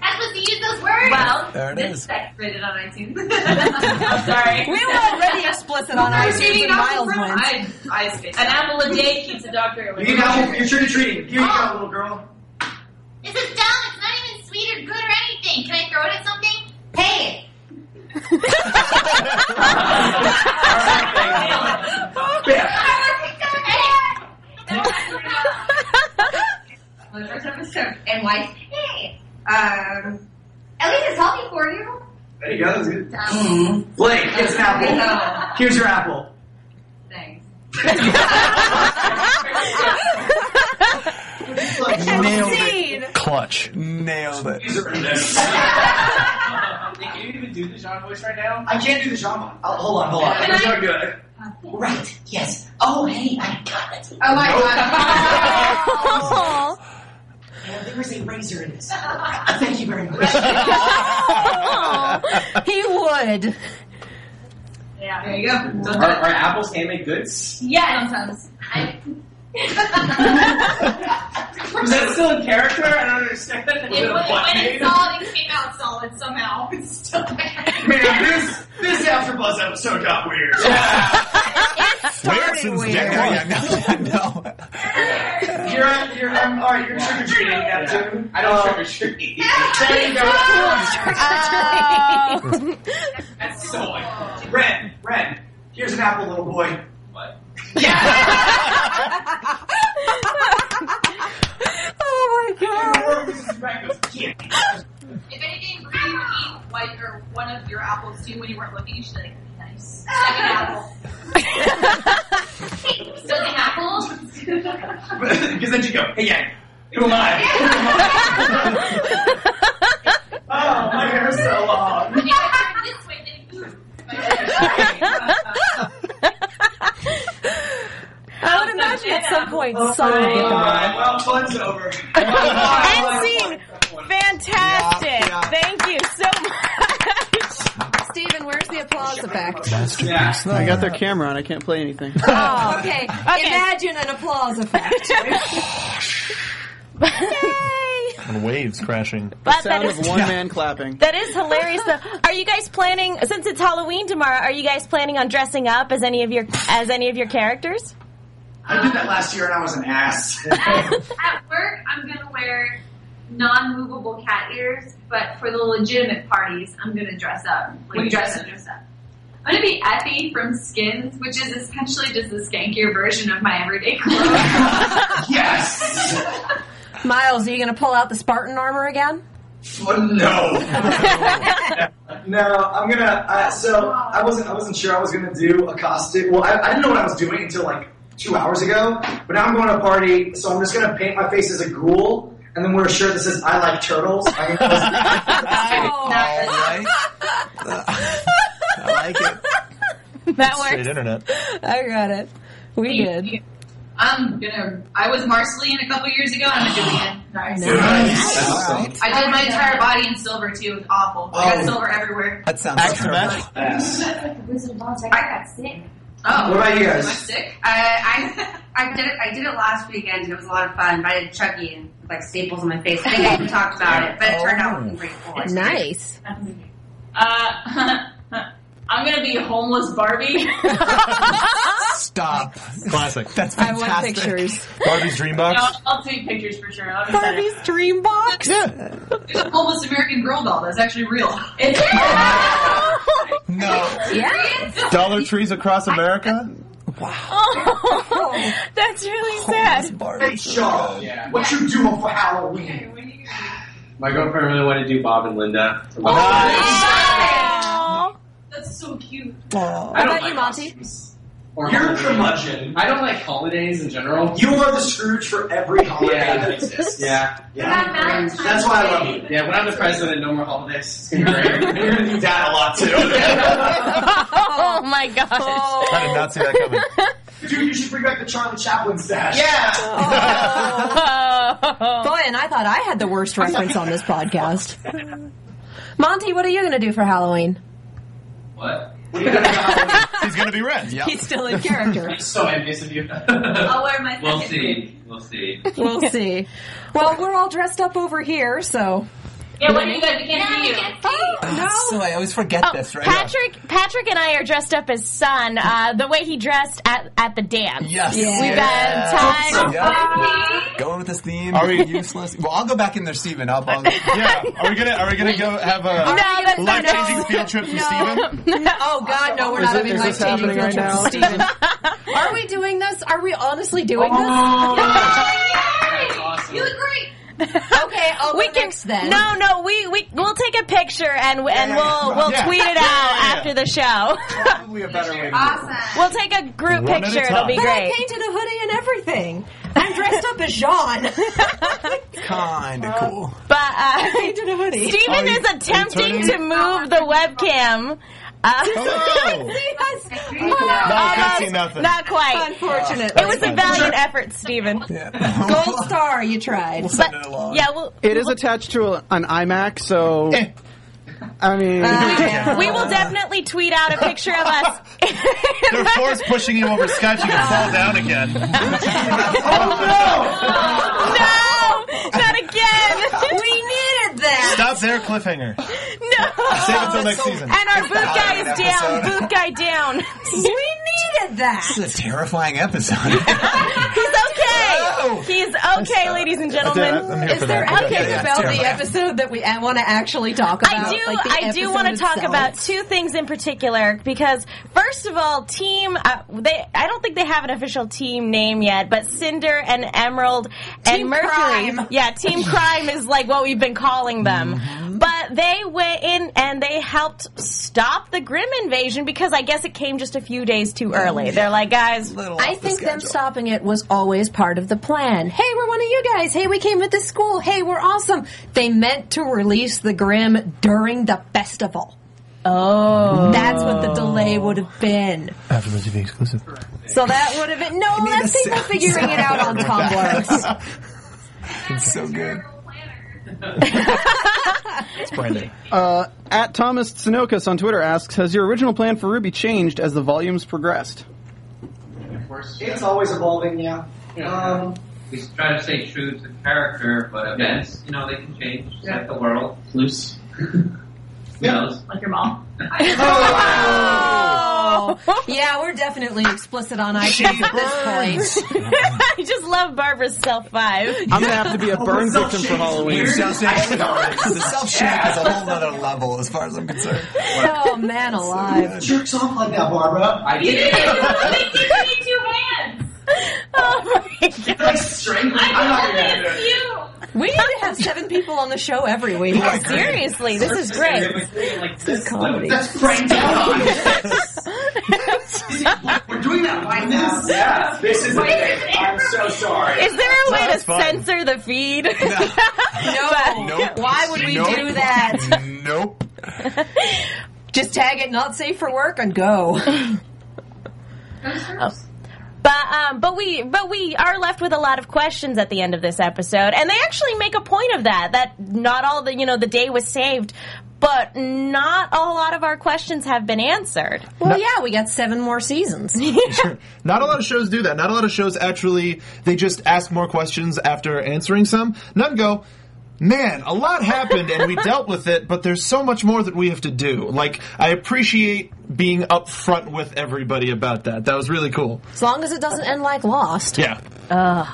Speaker 8: That's what they use those words.
Speaker 5: Well,
Speaker 8: there
Speaker 5: There
Speaker 8: it
Speaker 5: it
Speaker 8: is.
Speaker 5: is.
Speaker 8: rated on iTunes. I'm sorry.
Speaker 4: We were already explicit on
Speaker 8: We're
Speaker 4: iTunes
Speaker 8: cheating
Speaker 4: and
Speaker 8: off
Speaker 4: Miles
Speaker 8: the front.
Speaker 4: went.
Speaker 8: I, I spit.
Speaker 5: An apple a day keeps the doctor away.
Speaker 7: You get an apple. You're trick or treating. Here you
Speaker 4: Ah!
Speaker 7: go, little girl.
Speaker 16: This is dumb. It's not even sweet or good or anything. Can I throw it at something? Hey!
Speaker 8: the first episode and wife. Hey, um, at least it's healthy for you.
Speaker 7: There you go. That's good. Mm-hmm. Blake gets an apple. Here's your apple.
Speaker 8: Thanks.
Speaker 3: Nailed
Speaker 4: Obscene.
Speaker 3: it. Clutch. Nailed it.
Speaker 6: Can you even do the Jean voice right now?
Speaker 7: I can't do the shaman. I'll, hold on, hold on.
Speaker 6: Can
Speaker 7: Let's
Speaker 6: I-
Speaker 7: not do it. Right. Yes. Oh, hey, I got it.
Speaker 8: Uh, Oh my
Speaker 7: Nope.
Speaker 8: god.
Speaker 7: Well, there is a razor in this. Thank you very much.
Speaker 4: he would.
Speaker 5: Yeah.
Speaker 6: There you go. Are, are apples handmade goods?
Speaker 5: Yes.
Speaker 8: Sometimes.
Speaker 6: Is that still in character? I don't understand.
Speaker 8: It, when, when it's solid, it came out solid somehow. It's still bad.
Speaker 7: Man, this this AfterBuzz episode got weird.
Speaker 3: Where since day one? Yeah, no, no.
Speaker 7: You're on, you're on, all right. You're trick or treating. Oh.
Speaker 6: I don't trick or treat.
Speaker 7: There you go.
Speaker 4: Oh.
Speaker 7: That's so annoying. Ren, Ren, here's an apple, little boy.
Speaker 4: oh my god.
Speaker 8: If anything, you would eat white or one of your apples too when you weren't looking. She's like, nice. Second apple. Still an apple?
Speaker 7: Because then you go, hey, yeah, who am I? oh, my hair's so long.
Speaker 8: If you turn this way, then you move.
Speaker 5: Uh,
Speaker 4: I would imagine at some point someone would get the
Speaker 7: Uh,
Speaker 4: bug.
Speaker 7: well, fun's over.
Speaker 1: End scene. Fantastic. Thank you so much.
Speaker 4: Stephen, where's the applause effect?
Speaker 9: Yeah. I got their camera on. I can't play anything.
Speaker 4: Oh, okay. Imagine an applause effect.
Speaker 13: And waves crashing.
Speaker 1: But
Speaker 9: the sound
Speaker 1: that is-
Speaker 9: of one
Speaker 1: Yeah.
Speaker 9: man clapping.
Speaker 1: That is hilarious. Though. Are you guys planning since it's Halloween tomorrow? Are you guys planning on dressing up as any of your as any of your characters?
Speaker 7: I did that last year and I was an ass.
Speaker 8: At work, I'm gonna wear non-movable cat ears, but for the legitimate parties, I'm gonna dress up. Like,
Speaker 17: What are you
Speaker 8: dress
Speaker 17: dressing?
Speaker 8: up, dress up. I'm gonna be Effie from Skins, which is essentially just a skankier version of my everyday clothes.
Speaker 7: yes!
Speaker 4: Miles, are you going to pull out the Spartan armor again?
Speaker 7: Well, no. no, I'm gonna. Uh, so I wasn't. I wasn't sure I was gonna do a costume. Well, I, I didn't know what I was doing until like two hours ago. But now I'm going to a party, so I'm just gonna paint my face as a ghoul and then wear a shirt that says "I like turtles." I mean,
Speaker 13: Oh.
Speaker 3: All right. I like it.
Speaker 4: That
Speaker 13: Straight internet.
Speaker 4: I got it. We did.
Speaker 17: I'm gonna. I was Marceline a couple years ago, and I'm gonna do it again. Nice. I did my entire body in silver too. It was awful. I got
Speaker 3: Oh.
Speaker 17: silver everywhere.
Speaker 3: That sounds terrible.
Speaker 7: ass.
Speaker 8: Wizard of Oz, I got sick.
Speaker 17: Oh,
Speaker 7: What about you guys?
Speaker 17: Am I sick?
Speaker 16: I, I, I did it. I did it last weekend, and it was a lot of fun. But I did Chucky and like staples in my face. I think we talked about it, but it turned out wasn't great.
Speaker 1: Oh.
Speaker 16: for us.
Speaker 4: Nice.
Speaker 5: Uh, I'm gonna be homeless Barbie.
Speaker 3: Stop.
Speaker 13: Classic.
Speaker 3: That's
Speaker 4: I want
Speaker 3: fantastic.
Speaker 4: pictures.
Speaker 13: Barbie's dream box.
Speaker 5: I'll, I'll take pictures for sure. I'll just send it.
Speaker 4: Barbie's dream box.
Speaker 17: There's a homeless American Girl doll that's actually real.
Speaker 5: It's
Speaker 13: No.
Speaker 4: Yeah.
Speaker 13: Dollar Trees Across America.
Speaker 1: Oh, that's really sad.
Speaker 7: Hey, Shaw,
Speaker 6: Yeah.
Speaker 7: what you doing for Halloween?
Speaker 6: My girlfriend really wanted to do Bob and Linda. So
Speaker 8: Oh,
Speaker 6: Bob and Linda.
Speaker 1: Aw.
Speaker 17: That's so cute.
Speaker 3: Aw.
Speaker 6: I don't like
Speaker 4: about
Speaker 1: Oh.
Speaker 4: you, Monty?
Speaker 6: costumes.
Speaker 2: Or
Speaker 7: You're a
Speaker 2: holiday.
Speaker 7: curmudgeon.
Speaker 2: I don't like holidays in general.
Speaker 7: You are the Scrooge for every holiday
Speaker 2: Yeah.
Speaker 7: that exists.
Speaker 2: Yeah.
Speaker 7: Yeah. That's why I love you.
Speaker 2: Yeah, when I'm the president, no more holidays. It's gonna be great.
Speaker 7: You're gonna do that a lot
Speaker 1: oh my gosh.
Speaker 13: I did not see that coming.
Speaker 7: too. Dude, you should bring back the Charlie Chaplin stash.
Speaker 4: Oh. Boy, and I thought I had the worst reference on this podcast. Monty, what are you going to do for Halloween?
Speaker 6: What?
Speaker 13: He's going to be red.
Speaker 4: He's still in character.
Speaker 2: I'm so envious of you.
Speaker 10: I'll wear my.
Speaker 6: We'll see. We'll see.
Speaker 4: We'll see. Well, we're all dressed up over here, so.
Speaker 5: Yeah, what do you guys? We can't see you.
Speaker 3: Oh, so I always forget this, right?
Speaker 1: Patrick, Patrick, and I are dressed up as Sun. Uh, the way he dressed at, at the dam.
Speaker 3: Yes.
Speaker 1: we've got time.
Speaker 3: Yeah. Going with this theme. Are we useless? Well, I'll go back in there, Steven. I'll, I'll
Speaker 13: yeah. Are we gonna Are we gonna go have
Speaker 4: No, that's-
Speaker 13: a
Speaker 4: no.
Speaker 13: life changing field trip from Steven?
Speaker 4: No, oh God, no, we're
Speaker 13: Is
Speaker 4: not
Speaker 13: it-
Speaker 4: having
Speaker 13: is
Speaker 4: life
Speaker 13: this
Speaker 4: changing
Speaker 13: happening right now?
Speaker 4: Are we doing this? Are we honestly doing Oh.
Speaker 2: That's awesome.
Speaker 10: You look great.
Speaker 4: this? Okay, I'll
Speaker 1: We
Speaker 4: go
Speaker 1: can
Speaker 4: next then.
Speaker 1: no, no. We we we'll take a picture and we- and
Speaker 3: Yeah,
Speaker 1: we'll we'll
Speaker 3: yeah.
Speaker 1: tweet it out
Speaker 3: Yeah, yeah.
Speaker 1: after the show.
Speaker 3: probably a better way to do it.
Speaker 10: Awesome.
Speaker 1: we'll take a group
Speaker 3: One at a
Speaker 1: picture. It'll be
Speaker 4: But I
Speaker 1: great.
Speaker 4: painted a hoodie and everything. I'm dressed up as Jean.
Speaker 3: Kind of cool.
Speaker 1: But uh,
Speaker 4: painted a hoodie.
Speaker 1: Steven
Speaker 3: Are you-
Speaker 1: is
Speaker 3: are you
Speaker 1: attempting
Speaker 3: turning?
Speaker 1: to move the webcam. Uh,
Speaker 13: Hello. I can't see nothing.
Speaker 1: Not quite.
Speaker 4: Unfortunate.
Speaker 1: It was a valiant effort, Steven.
Speaker 4: gold star. You tried.
Speaker 3: Send it along.
Speaker 1: Yeah, well,
Speaker 9: It is attached to a, an iMac, so I mean,
Speaker 1: Uh, we will definitely tweet out a picture of us.
Speaker 13: They're force pushing you over Skype. You can fall down again.
Speaker 3: Oh,
Speaker 1: no, not again.
Speaker 4: we needed that.
Speaker 13: Stop there, cliffhanger.
Speaker 1: No.
Speaker 13: Save it till next season.
Speaker 1: And our boot guy is
Speaker 3: Episode.
Speaker 1: down. Boot guy down.
Speaker 4: We needed that.
Speaker 3: This is a terrifying episode.
Speaker 1: He's
Speaker 3: Oh.
Speaker 1: okay. He's okay, ladies and
Speaker 13: I'm
Speaker 1: gentlemen.
Speaker 13: here
Speaker 4: Is
Speaker 13: for
Speaker 4: there
Speaker 13: that.
Speaker 4: anything
Speaker 3: Okay, yeah,
Speaker 4: about the
Speaker 3: terrifying.
Speaker 4: episode that we want to actually talk about?
Speaker 1: I do.
Speaker 4: like the
Speaker 1: I do
Speaker 4: episode
Speaker 1: want to talk
Speaker 4: itself?
Speaker 1: about two things in particular because, first of all, team. Uh, they. I don't think they have an official team name yet, but Cinder and Emerald and
Speaker 4: Team
Speaker 1: Mercury.
Speaker 4: Crime.
Speaker 1: Yeah, Team Crime is like what we've been calling them.
Speaker 4: Mm-hmm.
Speaker 1: But they went in and they helped stop the Grim invasion because I guess it came just a few days too early. They're like, guys,
Speaker 3: Little
Speaker 4: I
Speaker 3: off the
Speaker 4: think them
Speaker 3: schedule.
Speaker 4: stopping it was always part of the plan. Hey, we're one of you guys. Hey, we came at this school. Hey, we're awesome. They meant to release the Grim during the festival. Oh. That's what the delay would have been.
Speaker 13: After the TV exclusive.
Speaker 4: So that would have been. No,
Speaker 3: need
Speaker 4: that's
Speaker 3: a
Speaker 4: people
Speaker 3: sound-
Speaker 4: figuring it out on Tumblr.
Speaker 3: It's so good.
Speaker 13: It's Brandon.
Speaker 9: Uh, at Thomas Sinokas on Twitter asks, has your original plan for Ruby changed as the volumes progressed?
Speaker 12: Of course.
Speaker 7: It's always evolving, yeah. Um,
Speaker 6: We try to stay true to character, but events, you know, they can change. Just like the world.
Speaker 12: Loose.
Speaker 6: Who knows?
Speaker 5: Like your mom.
Speaker 4: Oh. Yeah, we're definitely explicit on iTunes at this point.
Speaker 1: I just love Barbara's self five.
Speaker 9: I'm gonna have to
Speaker 13: Oh,
Speaker 9: be a burn
Speaker 7: self-shade
Speaker 9: victim for
Speaker 7: is
Speaker 9: Halloween.
Speaker 7: weird.
Speaker 3: Self shake. The self shake is a whole other level, as far as I'm concerned.
Speaker 4: Oh, man alive.
Speaker 7: jerks off like that, Barbara.
Speaker 6: I did.
Speaker 5: They did need two hands.
Speaker 1: Oh my god.
Speaker 7: Like strangling. I'm not gonna do it.
Speaker 5: You.
Speaker 4: We need to have seven people on the show every week.
Speaker 1: Seriously, this is great.
Speaker 4: Good comedy.
Speaker 7: That's pranked out on. We're doing that right now. Yeah, this is the thing. I'm so sorry.
Speaker 1: Is there a way to
Speaker 13: Sounds fun.
Speaker 1: censor the feed?
Speaker 4: No.
Speaker 13: Nope.
Speaker 4: Why would we
Speaker 13: Nope.
Speaker 4: do that?
Speaker 13: Nope.
Speaker 4: Just tag it not safe for work and go.
Speaker 5: Oh.
Speaker 1: but um, but we but we are left with a lot of questions at the end of this episode, and they actually make a point of that. That not all the you know the day was saved, but not a lot of our questions have been answered.
Speaker 4: Well, yeah, we got seven more seasons.
Speaker 13: Not a lot of shows do that. Not a lot of shows actually. They just ask more questions after answering some. None go. Man, a lot happened and we dealt with it, but there's so much more that we have to do. Like, I appreciate being upfront with everybody about that. That was really cool.
Speaker 4: As long as it doesn't end like Lost.
Speaker 13: Yeah.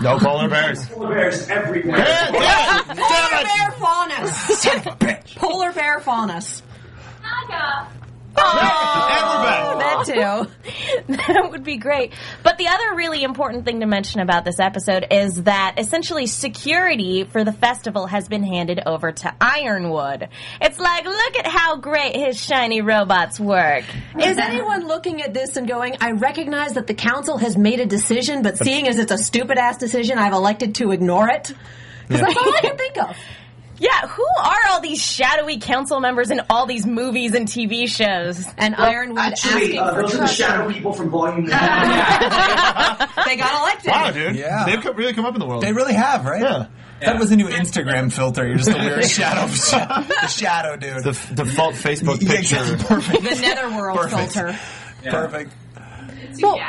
Speaker 13: No polar bears.
Speaker 7: Polar bears everywhere.
Speaker 13: Yeah, damn it,
Speaker 4: Polar
Speaker 13: damn it.
Speaker 4: bear faunus. Polar bear faunus.
Speaker 5: Naga.
Speaker 4: Oh,
Speaker 1: That too. that would be great. But the other really important thing to mention about this episode is that essentially security for the festival has been handed over to Ironwood. It's like, look at how great his shiny robots work.
Speaker 4: Is anyone looking at this and going, I recognize that the council has made a decision, but seeing as it's a stupid ass decision, I've elected to ignore it? Because that's all I can think of.
Speaker 1: Yeah, who are all these shadowy council members in all these movies and TV shows?
Speaker 4: And
Speaker 7: Well, Actually, uh, those are the shadow people from Volume One.
Speaker 4: they got elected.
Speaker 13: Wow, dude. They've co- really come up in the world.
Speaker 3: They really have, right?
Speaker 13: Yeah.
Speaker 3: That was a new Instagram filter. You're just the weird shadow, the shadow dude.
Speaker 13: The f- default Facebook
Speaker 3: Yeah,
Speaker 13: picture.
Speaker 3: exactly. Perfect.
Speaker 4: The netherworld
Speaker 3: Perfect.
Speaker 4: filter.
Speaker 3: Perfect.
Speaker 4: Well,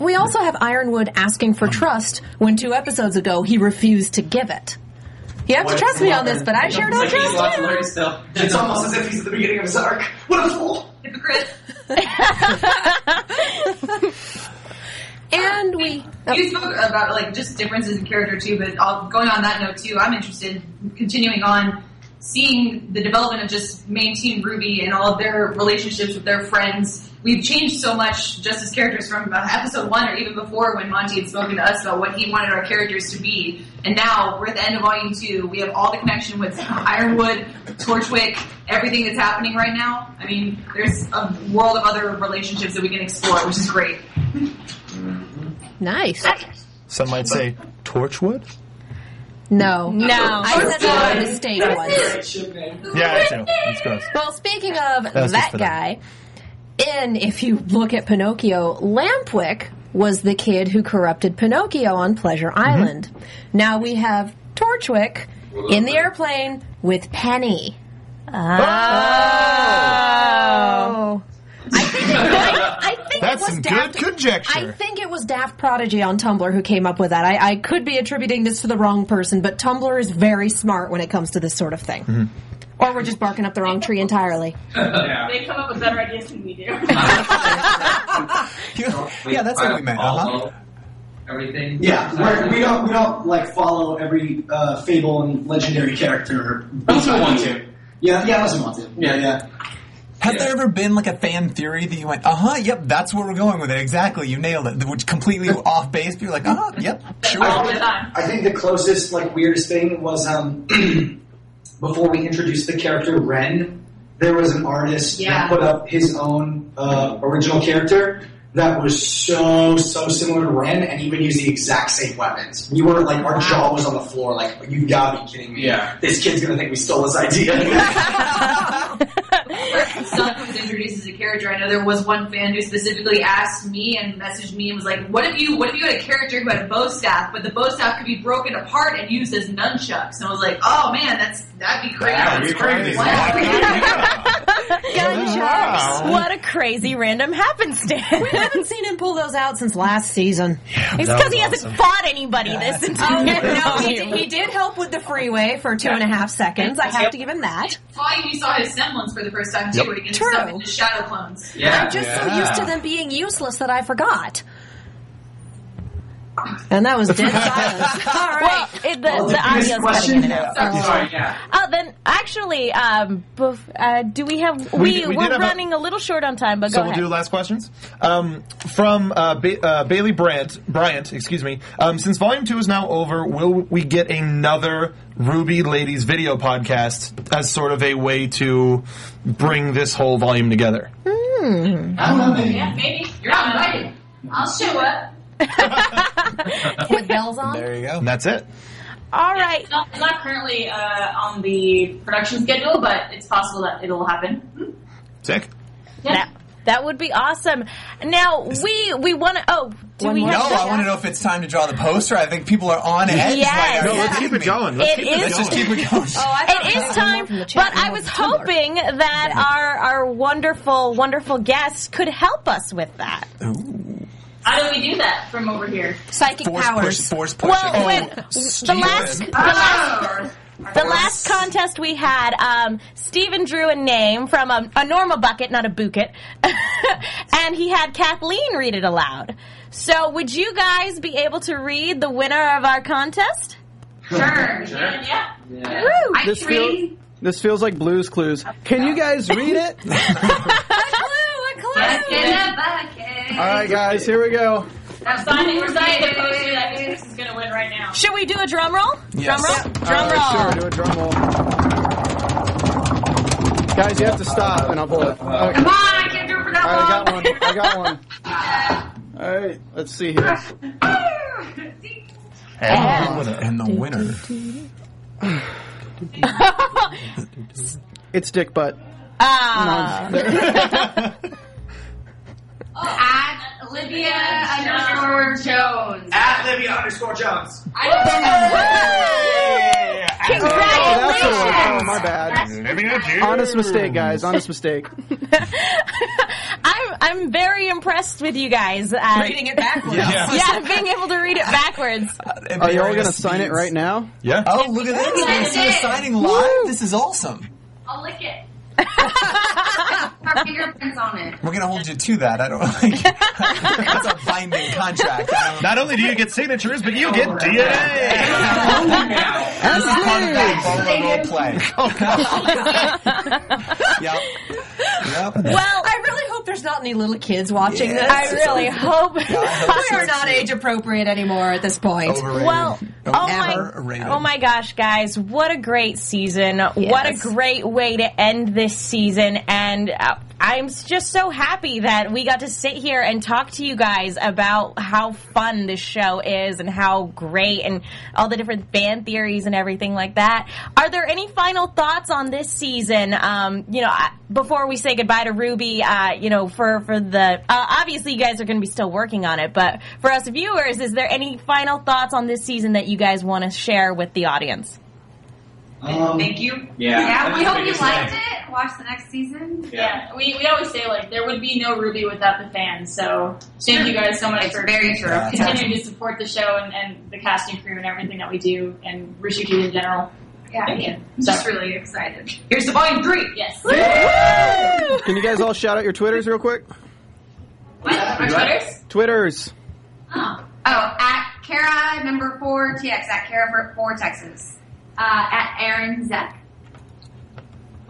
Speaker 4: we also have Ironwood asking for trust when two episodes ago he refused to give it. You have to trust me on this, but I sure don't trust you.
Speaker 7: It's almost as if he's at the beginning of his arc. What a fool!
Speaker 8: Hypocrite.
Speaker 4: and we. Oh.
Speaker 8: You spoke about like just differences in character too, but I'll, going on that note too, I'm interested continuing on seeing the development of just main team Ruby and all of their relationships with their friends. We've changed so much just as characters from uh, episode one or even before when Monty had spoken to us about what he wanted our characters to be. And now we're at the end of volume two. We have all the connection with Ironwood, Torchwick, everything that's happening right now. I mean, there's a world of other relationships that we can explore, which is great.
Speaker 4: Nice.
Speaker 13: Some might say Torchwood.
Speaker 4: No.
Speaker 1: No.
Speaker 4: I said that by mistake once.
Speaker 13: Yeah, I do. It's gross.
Speaker 4: Well, speaking of
Speaker 13: That was
Speaker 4: that
Speaker 13: just the
Speaker 4: guy, and if you look at Pinocchio, Lampwick was the kid who corrupted Pinocchio on Pleasure
Speaker 13: Mm-hmm.
Speaker 4: Island. Now we have Torchwick in the airplane with Penny.
Speaker 13: Oh!
Speaker 4: Oh. I think, I, I think
Speaker 13: That's
Speaker 4: it was
Speaker 13: some
Speaker 4: Daft-
Speaker 13: good conjecture.
Speaker 4: I think it was Daft Prodigy on Tumblr who came up with that. I, I could be attributing this to the wrong person, but Tumblr is very smart when it comes to this sort of thing. Or we're just barking up the wrong tree entirely.
Speaker 8: They come up with better ideas than we do.
Speaker 3: yeah, that's what we meant.
Speaker 6: Uh-huh. Everything.
Speaker 7: Yeah, we're, we don't we don't like follow every uh, fable and legendary character. Unless we want to. Yeah, yeah, unless we want to. Yeah, yeah.
Speaker 3: Has there ever been like a fan theory that you went, uh huh, yep, that's where we're going with it. Exactly, you nailed it. Which completely off base, but you're like, uh huh, yep, sure.
Speaker 7: I think the closest, like, weirdest thing was um, before we introduced the character Ren, there was an artist
Speaker 8: Yeah.
Speaker 7: that put up his own uh, original character that was so, so similar to Ren and even used the exact same weapons. We were like, our jaw was on the floor, like, you gotta be kidding me.
Speaker 12: Yeah.
Speaker 7: This kid's gonna think we stole his idea.
Speaker 8: Someone was introduced as a character. I know there was one fan who specifically asked me and messaged me and was like, "What if you? What if you had a character who had a bow staff, but the bow staff could be broken apart and used as nunchucks?" And I was like, "Oh man, that's that'd be crazy."
Speaker 1: That'd be
Speaker 8: crazy.
Speaker 4: Gunshots.
Speaker 1: What a crazy random happenstance.
Speaker 4: We haven't seen him pull those out since last season.
Speaker 1: It's because he hasn't fought anybody this
Speaker 4: Oh,
Speaker 1: entire
Speaker 4: no, he
Speaker 1: volume.
Speaker 4: did, he did help with the freeway for two and a half seconds. I have to give him that.
Speaker 8: Volume, you saw his semblance for the first time too,
Speaker 4: Yep.
Speaker 8: where he gets
Speaker 4: True.
Speaker 8: stuck into shadow clones.
Speaker 4: I'm just so used to them being useless that I forgot. And that was dead silence. All right.
Speaker 1: Well, it, the, the audio's cutting in and out.
Speaker 4: Oh.
Speaker 1: Oh, then actually, um, bef- uh, do we have?
Speaker 13: We
Speaker 1: We,
Speaker 13: did- we
Speaker 1: we are
Speaker 13: did have a-
Speaker 1: running a, little short on time, but
Speaker 13: so
Speaker 1: go
Speaker 13: we'll
Speaker 1: ahead.
Speaker 13: do last questions um, from uh, ba- uh, Bailey Brandt. Bryant, excuse me. Um, since Volume Two is now over, will we get another Ruby Ladies video podcast as sort of a way to bring this whole volume together?
Speaker 4: Hmm.
Speaker 7: I don't know, maybe.
Speaker 8: Yeah, maybe you're not invited. I'll show up.
Speaker 4: With bells on.
Speaker 3: There you go.
Speaker 13: And that's it.
Speaker 1: All right.
Speaker 8: It's not, it's not currently uh, on the production schedule, but it's possible that it'll happen.
Speaker 13: Sick.
Speaker 1: That, that would be awesome. Now we we want to. Oh, do we
Speaker 3: no,
Speaker 1: have?
Speaker 3: I want to know if it's time to draw the poster. I think people are on edge.
Speaker 1: Yes.
Speaker 3: Like,
Speaker 1: No, let's
Speaker 13: keep it going. Let's
Speaker 1: It keep it is- Oh,
Speaker 3: Let's just keep it going.
Speaker 1: it is time, but I was hoping that our our wonderful wonderful guests could help us with that.
Speaker 8: How do we do that from over here?
Speaker 4: Psychic
Speaker 3: Force push, force push.
Speaker 1: Well, when
Speaker 9: Oh.
Speaker 1: the last the
Speaker 5: Ah.
Speaker 1: last the last contest we had, um, Stephen drew a name from a, a normal bucket, not a bucket, and he had Kathleen read it aloud. So, would you guys be able to read the winner of our contest?
Speaker 8: Sure. Yeah.
Speaker 1: Woo!
Speaker 8: I
Speaker 9: This, feel- this feels like Blues Clues. Can you guys read it?
Speaker 10: In a bucket.
Speaker 9: All right, guys, here we go.
Speaker 5: I'm signing. We're signing the poster that Phoenix is going to win right now.
Speaker 1: Should we do a drum roll?
Speaker 9: Yes.
Speaker 1: Drum roll? Drum roll.
Speaker 9: Uh, Sure, do a drum roll. Guys, you have to stop, and I'll pull it. Okay.
Speaker 10: Come on, I can't do it for that
Speaker 9: All right, I got
Speaker 10: long.
Speaker 9: one. I got one. All right, let's see here. Uh,
Speaker 3: And the winner. And the winner.
Speaker 9: It's dick butt.
Speaker 1: Ah.
Speaker 10: At Olivia underscore Jones.
Speaker 7: At Libby underscore Jones.
Speaker 9: That's what it was. Oh, my
Speaker 13: bad.
Speaker 9: Honest mistake, guys. Honest mistake.
Speaker 1: I'm I'm very impressed with you guys. Uh,
Speaker 4: Reading it backwards. Uh,
Speaker 1: Yeah.
Speaker 9: Yeah.
Speaker 1: being able to read it backwards.
Speaker 9: Are you all going to sign it right now?
Speaker 13: Yeah.
Speaker 3: Oh, look at
Speaker 1: Yes,
Speaker 3: this. They're
Speaker 1: yes.
Speaker 3: signing live. This is awesome.
Speaker 10: I'll lick it. Our fingerprints on it.
Speaker 3: We're going to hold you to that. I don't like That's a binding contract.
Speaker 13: Not only do you get signatures, but you get DNA.
Speaker 3: This is part of that Bolo role play.
Speaker 13: Oh,
Speaker 3: yep.
Speaker 1: Well,
Speaker 4: I really hope there's not any little kids watching
Speaker 1: Yes. I
Speaker 4: this.
Speaker 1: really hope-
Speaker 4: we are not age appropriate anymore at this point.
Speaker 1: Well, oh my,
Speaker 4: Overrated.
Speaker 1: oh my gosh, guys! What a great season! What a
Speaker 4: Yes.
Speaker 1: great way to end this season! And uh, I'm s- just so happy that we got to sit here and talk to you guys about how fun this show is and how great and all the different fan theories and everything like that. Are there any final thoughts on this season? Um, you know, I- before we say goodbye to Ruby, uh, you know, for for the uh, obviously you guys are going to be still working on it, but for us viewers, is there any final thoughts on this season that you guys want to share with the audience?
Speaker 12: Um,
Speaker 5: Thank you.
Speaker 10: Yeah,
Speaker 12: Yeah. That's
Speaker 10: we
Speaker 12: the
Speaker 10: hope you
Speaker 12: biggest
Speaker 10: liked
Speaker 12: thing.
Speaker 10: it. Watch the next season.
Speaker 5: Yeah, we, we always say like there would be no Ruby without the fans. So thank you guys so much
Speaker 10: It's
Speaker 5: for
Speaker 10: very true.
Speaker 3: Yeah, it's
Speaker 5: continuing to support the show and, and the casting crew and everything that we do and Rishiki in general.
Speaker 10: Yeah,
Speaker 5: Thank you.
Speaker 10: I'm just really excited.
Speaker 5: Here's the volume three. Yes.
Speaker 9: Can you guys all shout out your Twitters real quick?
Speaker 10: What? Our Twitters?
Speaker 9: Twitters.
Speaker 10: Oh. oh, at Kara number four TX at Kara for four Texas. Uh, at Aaron Zek.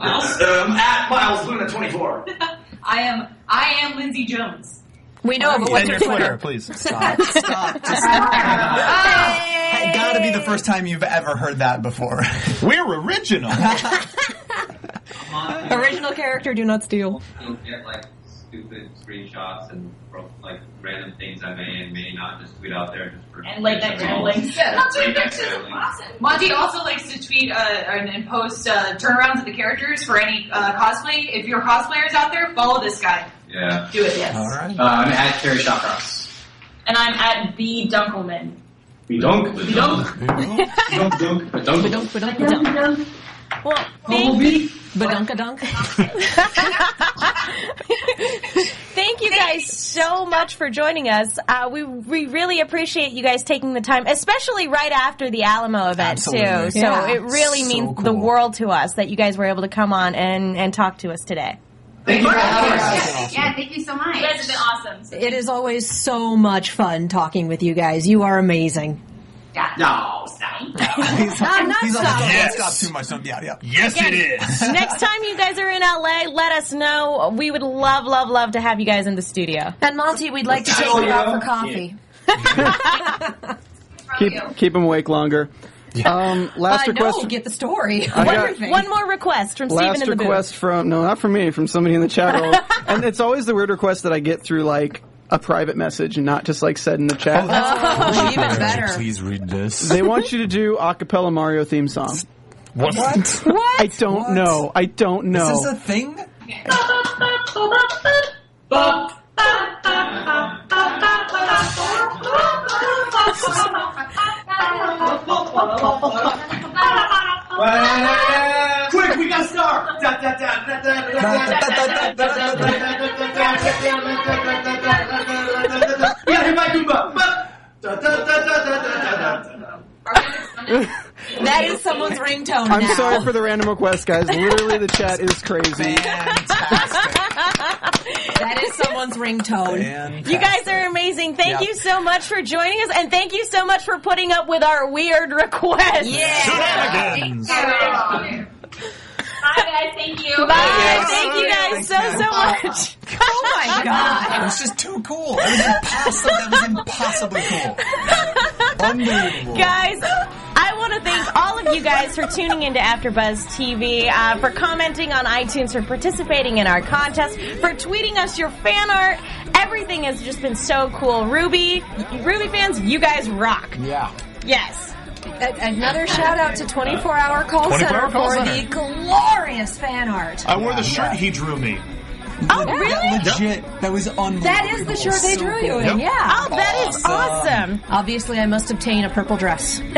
Speaker 7: Um, at Miles Luna twenty four.
Speaker 5: I am I am Lindsay Jones.
Speaker 4: We know, but what's
Speaker 13: And
Speaker 4: your
Speaker 13: your
Speaker 4: Twitter?
Speaker 13: Twitter, please.
Speaker 3: Stop. Stop. Just
Speaker 5: Ah!
Speaker 3: Hey, gotta be the first time you've ever heard that before.
Speaker 13: We're original.
Speaker 4: Original character, do not steal.
Speaker 6: You'll get like stupid screenshots and pro- like random things I may and may not just tweet out there just for
Speaker 5: And late night ramblings.
Speaker 6: I'll
Speaker 5: tweet pictures of Monty also likes to tweet uh, and, and post uh, turnarounds of the characters for any uh, cosplay. If you're cosplayers out there, follow this guy.
Speaker 6: Yeah.
Speaker 5: Do it, yes.
Speaker 3: right.
Speaker 12: Uh, I'm at Carrie Shawcross.
Speaker 5: And I'm at B Dunkelman.
Speaker 12: We don't. We don't. We don't. We don't. We don't.
Speaker 1: Well, thank you.
Speaker 4: Badunka dunk.
Speaker 1: Thank you guys so much for joining us. Uh, we we really appreciate you guys taking the time, especially right after the Alamo event too.
Speaker 3: Absolutely.
Speaker 1: So
Speaker 4: Yeah.
Speaker 1: it really
Speaker 3: So
Speaker 1: means the
Speaker 3: cool.
Speaker 1: world to us that you guys were able to come on and and talk to us today.
Speaker 7: Thank you for having us.
Speaker 10: Yeah, thank you so much.
Speaker 5: You guys have been awesome. So
Speaker 4: It is always so much fun talking with you guys. You are amazing.
Speaker 12: No.
Speaker 3: he's
Speaker 4: I'm not
Speaker 3: he's like,
Speaker 4: stopping.
Speaker 3: don't
Speaker 13: Yes.
Speaker 3: stop too much. Don't, yeah, yeah.
Speaker 13: Yes, it is.
Speaker 1: Next time you guys are in LA, let us know. We would love, love, love to have you guys in the studio.
Speaker 4: And Monty, we'd like to take
Speaker 12: Oh,
Speaker 4: you out
Speaker 12: yeah.
Speaker 4: for coffee.
Speaker 9: Keep keep them awake longer. Um, last
Speaker 4: I know,
Speaker 9: request.
Speaker 4: get the story.
Speaker 9: I got-
Speaker 4: Everything.
Speaker 1: One more request from Steven
Speaker 9: Last
Speaker 1: in the
Speaker 9: request from no, not from me, from somebody in the chat room. and it's always the weird request that I get through like a private message and not just like said in the chat.
Speaker 4: Oh, even better.
Speaker 3: Please read this.
Speaker 9: They want you to do a cappella Mario theme song.
Speaker 13: What?
Speaker 9: What? I don't
Speaker 3: What?
Speaker 9: know. I don't know.
Speaker 3: Is this a thing?
Speaker 7: Quick, we gotta start. Da, da, da, da, da, da, da, da, da, da, da, da, da, da, da, da. We gotta hit my Goomba. Ba- da, da, da, da, da, da, da, da.
Speaker 4: That is someone's ringtone
Speaker 9: I'm
Speaker 4: now.
Speaker 9: sorry for the random request, guys. Literally, the chat is crazy.
Speaker 3: Fantastic.
Speaker 4: That is someone's ringtone.
Speaker 3: Fantastic.
Speaker 1: You guys are amazing. Thank
Speaker 3: Yeah.
Speaker 1: you so much for joining us, and thank you so much for putting up with our weird requests.
Speaker 4: Yeah.
Speaker 13: Shenanigans.
Speaker 10: Yeah.
Speaker 5: Hi guys, thank you.
Speaker 1: Bye. Thank you guys so so much.
Speaker 4: Oh
Speaker 1: my god.
Speaker 3: It was just too cool. It was impossible. That was impossibly cool. Unbelievable.
Speaker 1: Guys, I want to thank all of you guys for tuning into AfterBuzz TV, uh, for commenting on iTunes, for participating in our contest, for tweeting us your fan art. Everything has just been so cool. Ruby, Ruby fans, you guys rock.
Speaker 3: Yeah.
Speaker 1: Yes.
Speaker 4: Another shout out to 24 Hour Call
Speaker 13: 24
Speaker 4: Center
Speaker 13: Hour Call
Speaker 4: for
Speaker 13: Center.
Speaker 4: the glorious fan art.
Speaker 13: I wore the shirt he drew me.
Speaker 1: Oh, really?
Speaker 3: Legit. That was unbelievable.
Speaker 4: That is the shirt they
Speaker 3: So
Speaker 4: drew you
Speaker 3: cool.
Speaker 4: in, yeah.
Speaker 1: Oh, that is Awesome.
Speaker 4: Obviously, I must obtain a purple dress. and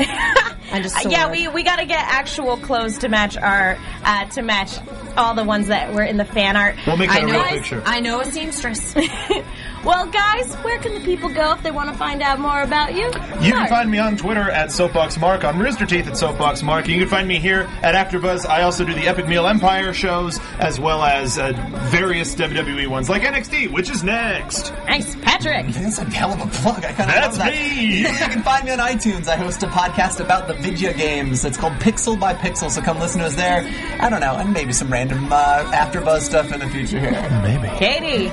Speaker 4: a
Speaker 1: Uh,
Speaker 4: sword.
Speaker 1: yeah, we, we got to get actual clothes to match our uh, to match all the ones that were in the fan art.
Speaker 13: We'll make that
Speaker 1: I
Speaker 13: a
Speaker 1: know-
Speaker 13: real picture.
Speaker 4: I know a seamstress.
Speaker 1: well, guys, where can the people go if they want to find out more about you?
Speaker 13: You can find me on Twitter at SoapboxMark, on Rooster Teeth at SoapboxMark, and you can find me here at AfterBuzz. I also do the Epic Meal Empire shows, as well as uh, various WWE ones like NXT, which is next.
Speaker 1: Thanks, Patrick.
Speaker 3: That's a hell of a plug. I kind of
Speaker 13: That's
Speaker 3: love that.
Speaker 13: me.
Speaker 3: You can find me on iTunes. I host a podcast about the video games. It's called Pixel by Pixel. So come listen to us there. I don't know, and maybe some random uh, AfterBuzz stuff in the future here. Maybe.
Speaker 1: Katie.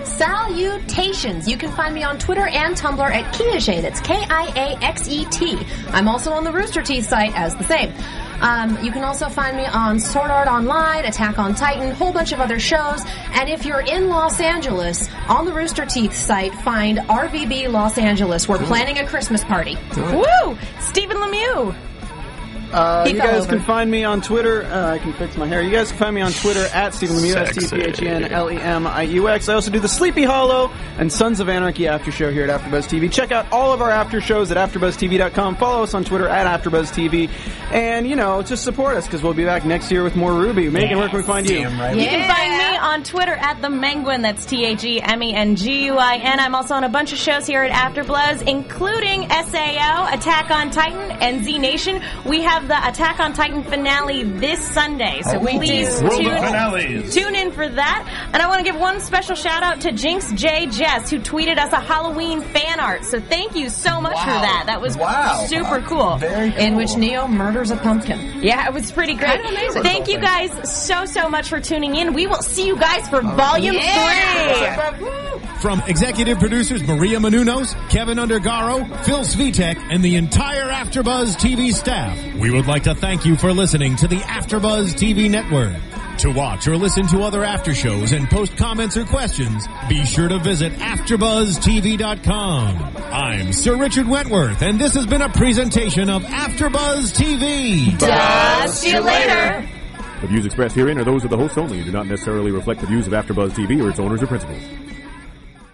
Speaker 4: Salutations. You can find me on Twitter and Tumblr at Kiaxet. That's K I A X E T. I'm also on the Rooster Teeth site as the same. Um, you can also find me on Sword Art Online, Attack on Titan, whole bunch of other shows. And if you're in Los Angeles, on the Rooster Teeth site, find RVB Los Angeles. We're planning a Christmas party.
Speaker 1: Woo! Stephen Lemieux.
Speaker 9: Uh,
Speaker 4: He
Speaker 9: you
Speaker 4: fell
Speaker 9: guys
Speaker 4: over.
Speaker 9: can find me on Twitter. Uh, I can fix my hair. You guys can find me on Twitter at Stephen Lemieux. S T P H E N L E M I U X. I also do the Sleepy Hollow and Sons of Anarchy after show here at AfterBuzz TV. Check out all of our after shows at AfterBuzzTV.com. Follow us on Twitter at AfterBuzzTV, and you know just support us because we'll be back next year with more Ruby. Megan, where can we find you?
Speaker 1: You can find me on Twitter at the Menguin. That's T H E M E N G U I N. I'm also on a bunch of shows here at AfterBuzz, including SAO, Attack on Titan, and Z Nation. We have the Attack on Titan finale this Sunday, so
Speaker 13: Oh, we
Speaker 1: please
Speaker 13: do. World of
Speaker 1: tune,
Speaker 13: finales.
Speaker 1: tune in for that. And I want to give one special shout out to Jinx J Jess, who tweeted us a Halloween fan art. So thank you so much for that. That was
Speaker 4: Wow.
Speaker 1: super cool.
Speaker 4: In which Neo murders a pumpkin.
Speaker 1: Yeah, it was pretty great.
Speaker 4: Kind of amazing.
Speaker 1: Thank you guys so, so much for tuning in. We will see you guys for volume three.
Speaker 4: Yeah.
Speaker 18: From executive producers Maria Manunos, Kevin Undergaro, Phil Svitek, and the entire AfterBuzz TV staff, we would like to thank you for listening to the AfterBuzz TV network. To watch or listen to other after shows and post comments or questions, be sure to visit AfterBuzzTV.com. I'm Sir Richard Wentworth, and this has been a presentation of AfterBuzz TV.
Speaker 1: Dust you later.
Speaker 19: The views expressed herein are those of the hosts only and do not necessarily reflect the views of AfterBuzz TV or its owners or principals.